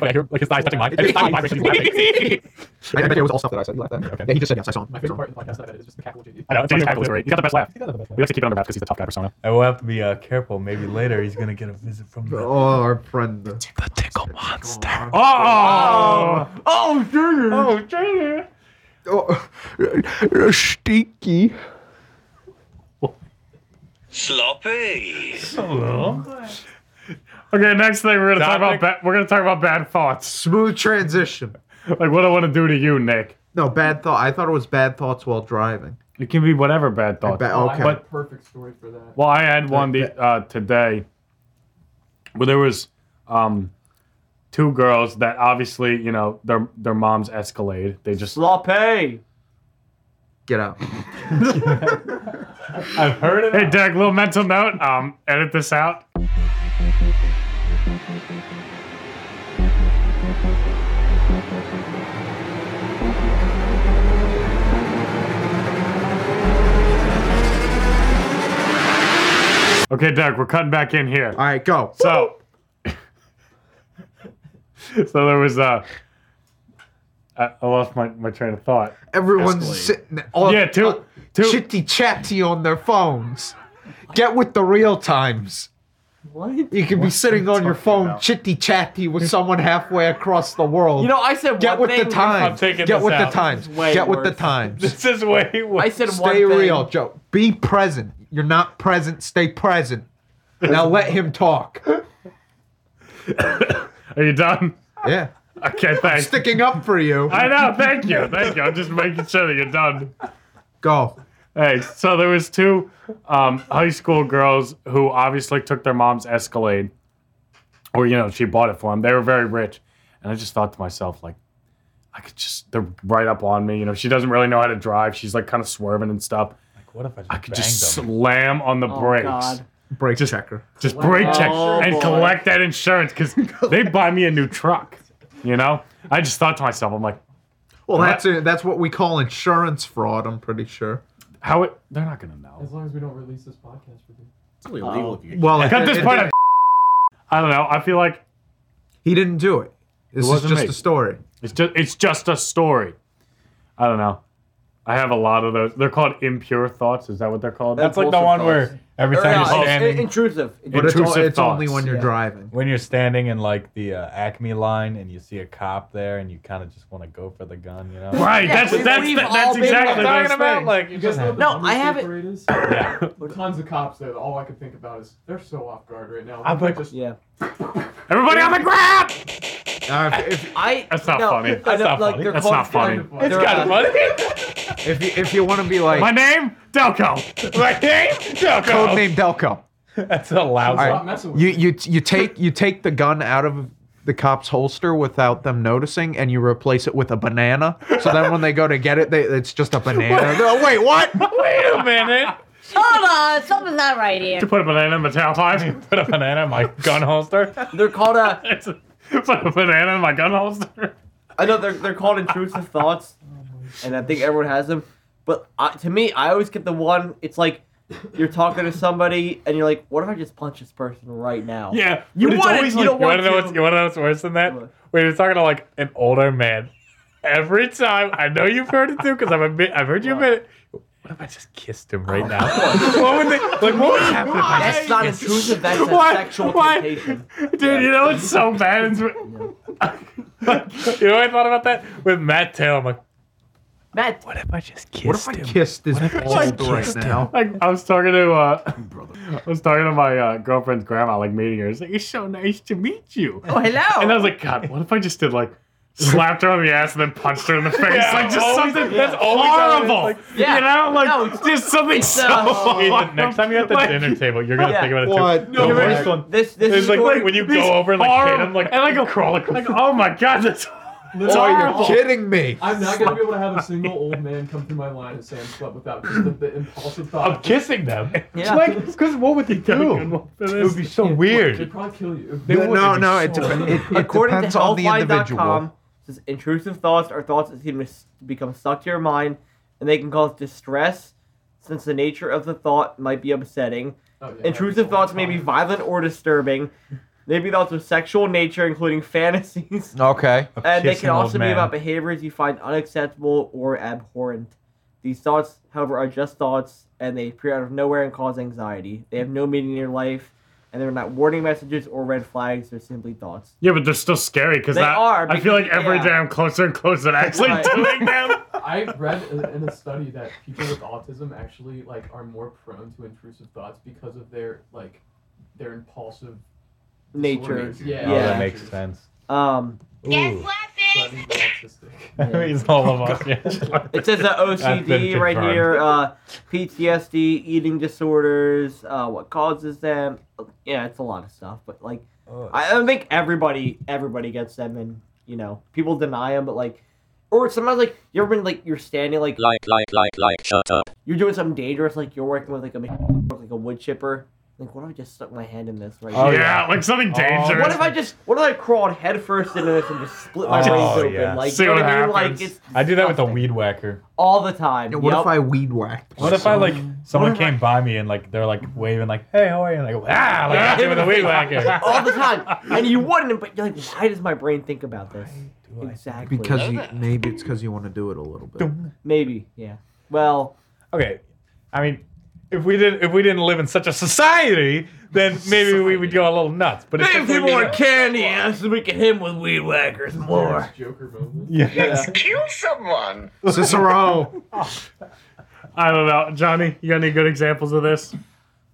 funny, I hear like his thighs touching mine. And his thigh vibrations. He's laughing. I, I bet it was all stuff that I said. You like that? Okay. Yeah, he just said yes. I saw him. My favorite part of the podcast I bet, is just the cackle JD. I know. It's exactly great. He's got the best laugh. He does have the best laugh. We like to keep it under wraps because he's a tough guy persona. I will have to be uh, careful. Maybe later he's gonna get a visit from the. Oh, our friend. The tickle monster. Oh. Oh, dude. Oh, Junior. Oh, stinky. Sloppy. Okay, next thing we're gonna talk about ba- we're gonna talk about bad thoughts. Smooth transition. Like what I want to do to you, Nick. No bad thought. I thought it was bad thoughts while driving. It can be whatever bad thoughts. Ba- Oh, I okay. have a perfect story for that. Well, I had one the, uh, today where there was um, two girls that obviously, you know, their their mom's Escalade. They just sloppy. Get out. I've heard it. Hey, Doug, little mental note. Um, edit this out. Okay, Doug, we're cutting back in here. All right, go. So, so there was uh, I, I lost my my train of thought. Everyone's sitting all yeah, two, two chitty chatty on their phones. Get with the real times. What? You can be sitting on your phone chitty chatty with someone halfway across the world. You know, I said get one with the thing- times. I'm taking get this with out. the times. This is way Get with the worse. times. This is way worse. I said one stay thing. real, Joe. Be present. You're not present. Stay present. Now let him talk. Are you done? Yeah. Okay, I'm thanks. sticking up for you. I know. Thank you. Thank you. I'm just making sure that you're done. Go. Hey, so there was two um, high school girls who obviously took their mom's Escalade, or you know, she bought it for them. They were very rich, and I just thought to myself, like, I could just—they're right up on me. You know, she doesn't really know how to drive. She's like kind of swerving and stuff. Like, what if I, could just slam on the Oh, brakes? God. Brake checker. Just brake check Oh, and boy. collect that insurance because they buy me a new truck. You know, I just thought to myself, I'm like, Well, Am I- that's a, that's what we call insurance fraud. I'm pretty sure. How it? They're not gonna know. As long as we don't release this podcast for you. It's illegal if Oh. you- Well, at it- this it- point, I'm- I don't know. I feel like he didn't do it. This is wasn't just me. a story. It's just it's just a story. I don't know. I have a lot of those. They're called impure thoughts. Is that what they're called? That's like the one where every Or time no, you're it's- standing, it- intrusive. But it's Intrusive o- it's only when you're Yeah. driving. When you're standing in like the uh, Acme line and you see a cop there and you kind of just want to go for the gun, you know? Right, that's- Yeah, we- that's- we've that's all been exactly there. what I'm talking about. Like you guys know the No, Homeless I haven't- Day parade is? There are tons of cops there. All I can think about is they're so off guard right now. I'm Why like- don't we yeah. Everybody on the ground! I, That's not no, funny. I That's know, not like, funny. they're That's called- not funny. they're- It's they're, kinda uh, funny. If you, if you want to be like My name Delco. My name Delco. code name Delco. That's a loud. All right. You you t- you take you take the gun out of the cop's holster without them noticing, and you replace it with a banana. So then when they go to get it, they, it's just a banana. No, wait, what? Wait a minute. Hold on, something's not right here. To put a banana in my tailpipe. Put a banana in my gun holster. They're called a. put a banana in my gun holster. I know they're they're called intrusive thoughts, and I think everyone has them. But I, to me, I always get the one. It's like you're talking to somebody, and you're like, "What if I just punch this person right now?" Yeah, you but it's want it. always You like- don't wanna want know to. what's you wanna know what's worse than that? When you're talking to like an older man, every time I know you've heard it too because I've admit, I've heard you admit it. What if I just kissed him Oh right now? what would they like? What would happen? if I That's just not kissed- intrusive. That's a Why? sexual Why? temptation. Dude, you know it's so bad. It's, you know what I thought about that with Matt Taylor. I'm like, Matt, what if I just kissed What if I kissed this old right now? Like I was talking to uh, I was talking to my uh, girlfriend's grandma, like meeting her. It's like it's so nice to meet you. Oh, hello. And I was like, God, what if I just did like slapped her on the ass and then punched her in the face? Yeah, like just always- something yeah. that's always how it is, horrible. like- You know, like just something it's, so. uh, Hey, the next time you're at the Like- dinner table, you're gonna Yeah. think about it too. What? No, the but- worst one. This this It's is like, wait, when you These go over and like hit horrible- him, like and like a crawl, like oh my god, that's. that's Oh, you're horrible. kidding me. I'm not gonna be able to have a single old man come through my line and say I'm slut without just the, the impulsive thought I'm kissing them. Yeah. Like, because what would they do? It would be so They'd weird. probably kill you. They would- it'd be so weird. According to Healthline.com, it says intrusive thoughts are thoughts that seem to s- become stuck to your mind, and they can cause distress since the nature of the thought might be upsetting. Oh, yeah, that'd be intrusive thoughts may be violent or disturbing. They may be thoughts of sexual nature, including fantasies. Okay. and they can old also be man. about behaviors you find unacceptable or abhorrent. These thoughts, however, are just thoughts, and they appear out of nowhere and cause anxiety. They have no meaning in your life, and they're not warning messages or red flags. They're simply thoughts. Yeah, but they're still scary because They I, are, I feel like because- every yeah. day I'm closer and closer to actually Right. doing them. I read i- in a study that people with autism actually like are more prone to intrusive thoughts because of their like their impulsive Nature. disorders. Yeah, Oh, that yeah. makes sense. Um. Guess what, it's all of us. Yeah. It says uh, That's been OCD right confirmed. here, uh, PTSD, eating disorders, uh, what causes them. Yeah, it's a lot of stuff, but like, Oh, I, I don't think everybody everybody gets them, and you know, people deny them, but like, or sometimes like you ever been like you're standing like Like, like, like, like, shut up. you're doing something dangerous, like you're working with like a mach- like a wood chipper. Like, what if I just stuck my hand in this right Oh, here? yeah, like something Oh. dangerous. What if I just what if I crawled headfirst into this and just split Oh, my brains open? Like, See you know what what I mean? happens. Like, it's I do that with a weed whacker. all the time. what Yep. if I weed whacked? What if I like someone if came by me and like they're like waving like, "Hey, how are you?" And I go, "Ah!" Like I do with a weed whacker. all the time, and you wouldn't. But you're like, why does my brain think about this? Exactly. Because you maybe it's because you want to do it a little bit. maybe yeah. Well, okay. I mean, if we didn't if we didn't live in such a society, then maybe we would go a little nuts. But it's just- candy asses, we can hit him with weed whackers more. Joker moment. Yeah. Yes, kill someone. Cicero. I don't know, Johnny. You got any good examples of this?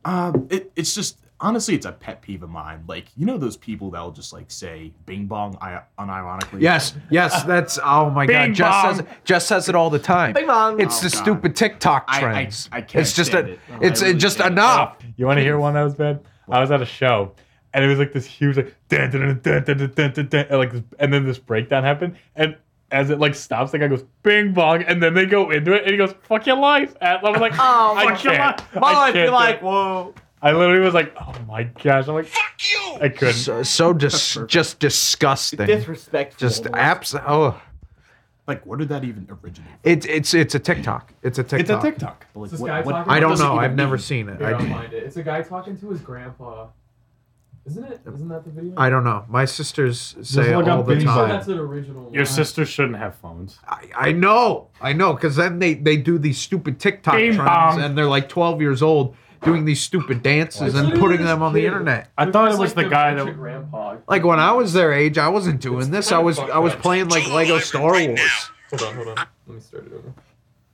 Um, it, it's just honestly, it's a pet peeve of mine. Like you know those people that will just like say "Bing Bong" I, unironically. Yes, yes, that's oh my Bing god. Jess bong. says Jess says it all the time. Bing bong. It's Oh, the God. stupid TikTok I- I- trends. I can't It's just stand a, it. No, it's I uh, really just can't. Oh. enough. Oh, You want to hear one that was bad? I was at a show, and it was like this huge like dun, dun, dun, dun, dun, dun, dun, dun, dun, and like this, and then this breakdown happened, and as it like stops, the guy goes bing bong, and then they go into it, and he goes fuck your life. And I was like, Oh, I fuck your can't. life. My I life, can't you're do like, it." whoa. I literally was like, oh my gosh, I'm like, fuck you. I couldn't. So, so dis- just disgusting. Disrespectful. Just abs. Oh, Like where did that even originate? it's it's it's a TikTok. It's a TikTok. It's a TikTok. But, like, It's this what- guy what- talking I don't about- know. I've never seen it. Here, I'll I, find it. It's a guy talking to his grandpa. Isn't it? Isn't that the video? I don't know. My sisters say look all up the Bing So time. that's an original. Your sisters shouldn't have phones. I know, I know, because then they they do these stupid TikTok Bing trends, bong. and they're like twelve years old doing these stupid dances and putting them on the internet. I thought it was the guy that. Grandpa. Like when Mm-hmm. I was their age, I wasn't doing this. I was I was playing like Lego Star Wars. Hold on, hold on. Let me start it over.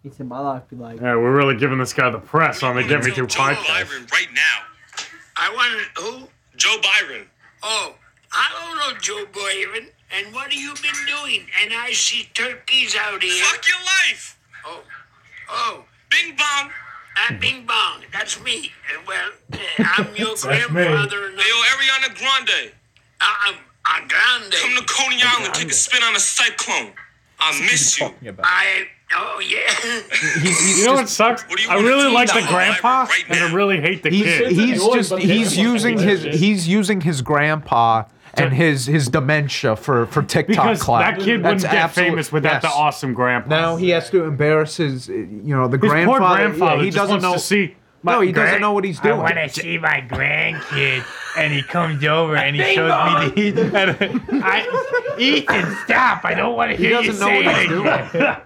He said my life be like. Yeah, we're really giving this guy the press on the Get Me Through podcast. right now. I want to who? Joe Byron. Oh, I don't know Joe Byron. And what have you been doing? And I see turkeys out here. Fuck your life. Oh, oh, Bing Bong. Ah, Bing Bong. That's me. Uh, Well, uh, I'm your That's me. grandfather. And Yo, Ariana Grande. I, I'm, I'm Uh-uh, uh, Grande. Come to Coney Island. Take a spin on a cyclone. I miss you. I. Oh yeah. you know what sucks? I really like the grandpa, and I really hate the kid. He's he's just he's using his he's using his grandpa and his his dementia for for TikTok because class. that kid That's wouldn't get absolute- famous without the yes. awesome grandpa. Now he has to embarrass his, uh, you know, the His grandfather. poor yeah, grandfather he just doesn't wants know. to see. no, he doesn't know what he's doing. I want to see my grandkid, and he comes over and he shows me the heat. And I, Ethan, stop! I don't want to He hear you doesn't know say what it again.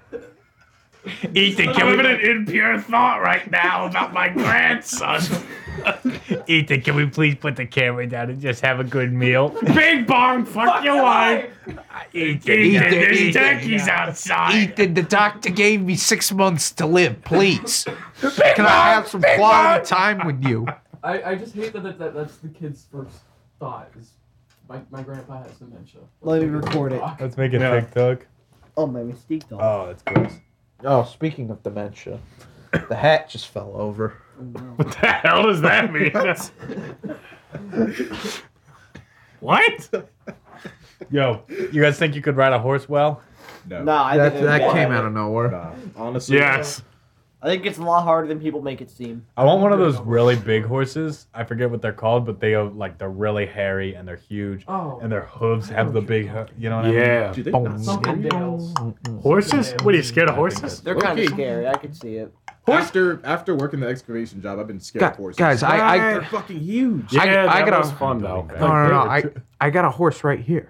Ethan, can I'm we in an impure thought right now about my grandson? Ethan, can we please put the camera down and just have a good meal? Big bong, fuck, your wife. Ethan, Ethan, there's Ethan. turkeys outside. Ethan, the doctor gave me six months to live. Please, Big can I Mom, have some Big quality time with you? I, I just hate that, that, that that's the kid's first thought is my, my grandpa has dementia. Let me record it. Let's make it Yeah. TikTok. Oh my mystique Uh, doll. Oh, that's gross. Oh, speaking of dementia, the hat just fell over. What the hell does that mean? what? Yo, you guys think you could ride a horse well? No. No, I that think that it's- came out of nowhere. honestly. Yes. I think it's a lot harder than people make it seem. I want one of those really big horses. I forget what they're called, but they are like they're really hairy and they're huge. Oh. And their hooves have the big, ho- you know what Yeah. I Do mean? they Boom. not Something else. Horses? What are you scared of horses? They're kind Okay. of scary. I could see it. After after working the excavation job, I've been scared Gu- of horses. guys, I- I- they're fucking huge. I- I that gotta- was fun though. No, no, no. I, I got a horse right here.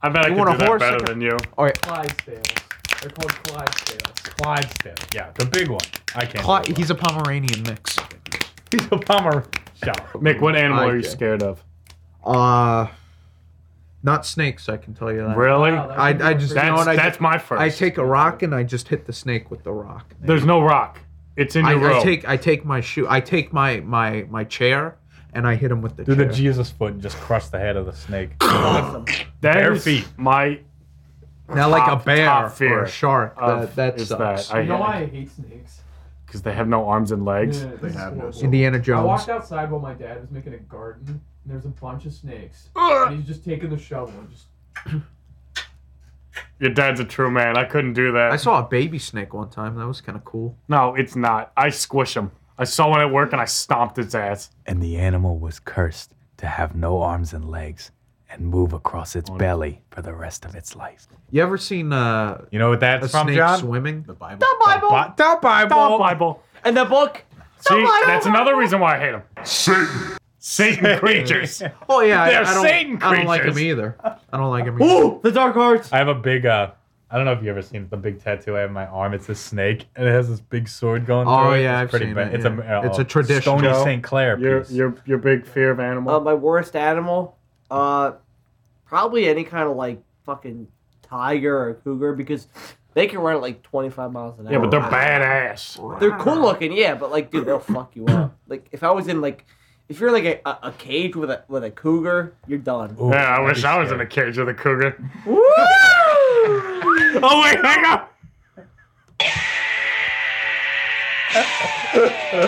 I bet I You could want a do that horse? better than you. All right, Clydesdales. They're called Clydesdales. Clydesdale. Yeah, the big one. I can't. Cla- do it he's a Pomeranian mix. well. he's a bummer. Shut up. Mick, what animal I are you get- scared of? Uh, Not snakes, I can tell you that. Really? Wow, that I, would be I my just first. you know what, I That's- just- that's my first. I take a rock and I just hit the snake with the rock. There's no rock. It's in I, your I row. take I take my shoe. I take my my my chair and I hit him with the Do the chair. Jesus foot and just crush the head of the snake. That Bare is feet. My Now, like a top- bear top fear or a shark, of- that, that uh, is sucks. that I you know hate- why I hate snakes? because they have no arms and legs. Yeah, this is horrible. Indiana I Jones. walked outside while my dad was making a garden, and there's a bunch of snakes. Ugh. and he's just taking the shovel and just. Your dad's a true man. I couldn't do that. I saw a baby snake one time. That was kind of cool. No, it's not. I squish him. I saw one at work and I stomped its ass. And the animal was cursed to have no arms and legs and move across its belly for the rest of its life. You ever seen uh You know what that's a from, snake John? swimming? The Bible. The Bible. Bi- the Bible. The Bible. And the book. See, that's another reason why I hate him. Satan. Satan creatures. Oh yeah, I, They're I don't, Satan I don't like him creatures. either. I don't like him. Either. Ooh, the dark arts. I have a big. uh I don't know if you ever seen the big tattoo I have on my arm. It's a snake, and it has this big sword going. Oh, through it. yeah, it's I've seen bad. it, It's yeah. a uh, It's a tradition. Stony Joe, St. Clair Your, piece. your, your big fear of animal. Uh, my worst animal, uh, probably any kind of like fucking tiger or cougar because they can run at like 25 miles an hour. yeah, but they're badass. They're cool looking, yeah, but like, dude, they'll fuck you up. Like, if I was in like, if you're in like a, a cage with a with a cougar, you're done. yeah, I wish I was in a cage with a cougar. Woo! oh wait, hang on.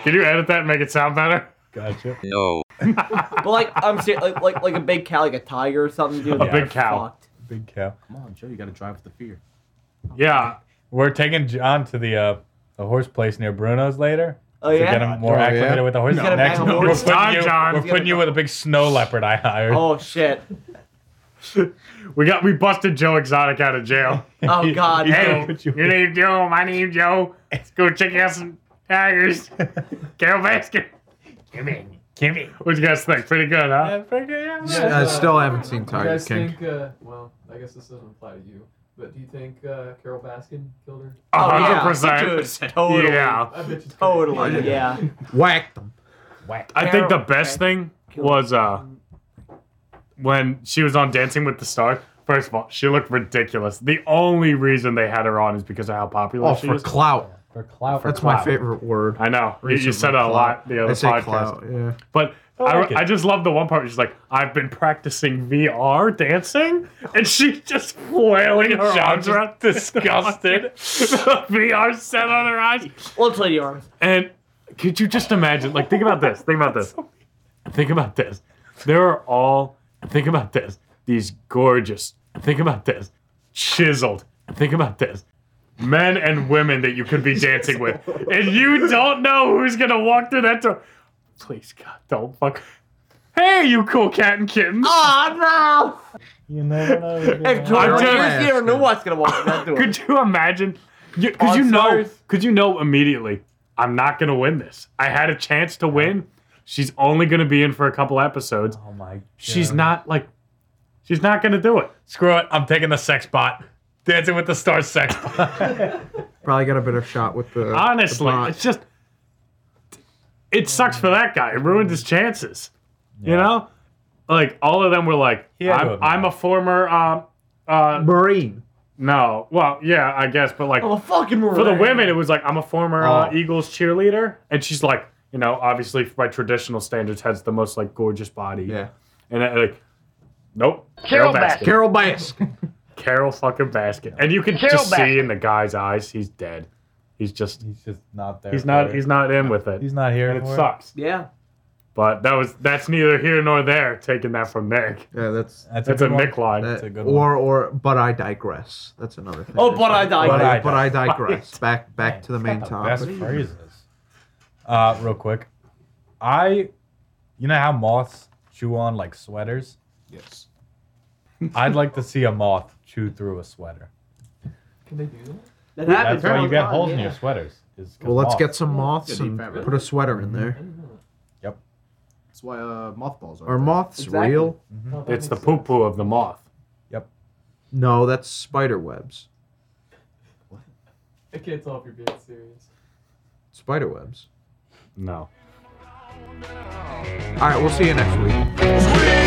Can you edit that and make it sound better? Gotcha. No. but like, I'm serious, like, like like a big cow, like a tiger or something, dude. A they're big cow. fucked. Big cow. Come on, Joe, you gotta drive with the fear. Yeah. We're taking John to the uh, the horse place near Bruno's later. Oh, to yeah? get him more Oh, yeah? acclimated with the horse. He's gonna Next, bang a we're horse. putting John, you, John. we're He's gonna- putting you with a big snow leopard I hired. Oh shit. We got we busted Joe Exotic out of jail. Oh God. Hey, no. your name Joe, my name Joe. Let's go check out some tigers. Carol Baskin. Come in. Come in. What you guys think? Pretty good, huh? S- I still haven't seen Do you Tiger guys King. think? Uh, well, I guess this doesn't apply to you, but do you think uh, Carol Baskin killed her? A hundred percent. Oh, Totally. Yeah. I bet you Totally. Yeah. Whack them. Whack. I think the best thing was uh when she was on Dancing with the Stars. First of all, she looked ridiculous. The only reason they had her on is because of how popular Oh, she for is. clout. For clout. That's my clout. favorite word. I know. You, you Recently, said it a clout. lot the I other say podcast. clout, yeah. But I, I like it. I just love the one part. where She's like, I've been practicing VR dancing, and she's just flailing her arms John's around, disgusted. the VR set on her eyes. Literally your arms. And could you just imagine? Like, think about this. Think about this. Think about this. There are all. Think about this. These gorgeous. Think about this. Chiseled. Think about this. Men and women that you could be dancing with, and you don't know who's gonna walk through that door. Please, God, don't fuck. Hey, you cool cat and kittens. Oh You know what I no! If Jordan Pierce here knew what's gonna walk in that door. Could you imagine? Because you, On know, Stars. because you know immediately, I'm not gonna win this. I had a chance to win. She's only gonna be in for a couple episodes. Oh my. God. She's not like, she's not gonna do it. Screw it. I'm taking the sex bot. Dancing with the stars sex bot. Probably got a better shot with the. the Honestly, bot. it's just, it sucks for that guy. It ruined his chances. You know, like all of them were like, He had to I'm, admit. I'm a former um, uh, Marine. No, well, yeah, I guess, but like, Oh, I'm a fucking For the Marine. women, it was like I'm a former uh, Oh. Eagles cheerleader, and she's like, you know, obviously by traditional standards, has the most like gorgeous body. Yeah. And uh, like, nope. Carol Baskin. Baskin. Carol Baskin. Carol fucking Baskin. And you can Carol just see Baskin. in the guy's eyes, he's dead. He's just he's just not there. he's not for it. he's not in with it. He's not here. And it for sucks. Yeah. But that was that's neither here nor there. Taking that from Nick. Yeah, that's That's a that's a, good one. Nick line. That- or or but I digress. That's another thing. Oh, but I But I, digress. but I digress. Back back to the main Best topic. phrases. Uh, real quick, I, you know how moths chew on like sweaters. Yes. I'd like to see a moth chew through a sweater. Can they do that? That That's happens. why all you the get time, holes in yeah. your sweaters. Is 'cause Well, let's moths. get some moths Yeah, and fabric. put a sweater in there. That's why uh, mothballs are. Are moths Exactly. real? It's the poo poo of the moth. No, that's spider webs. I can't tell if you're being serious. Spider webs. No. All right, we'll see you next week. Sweet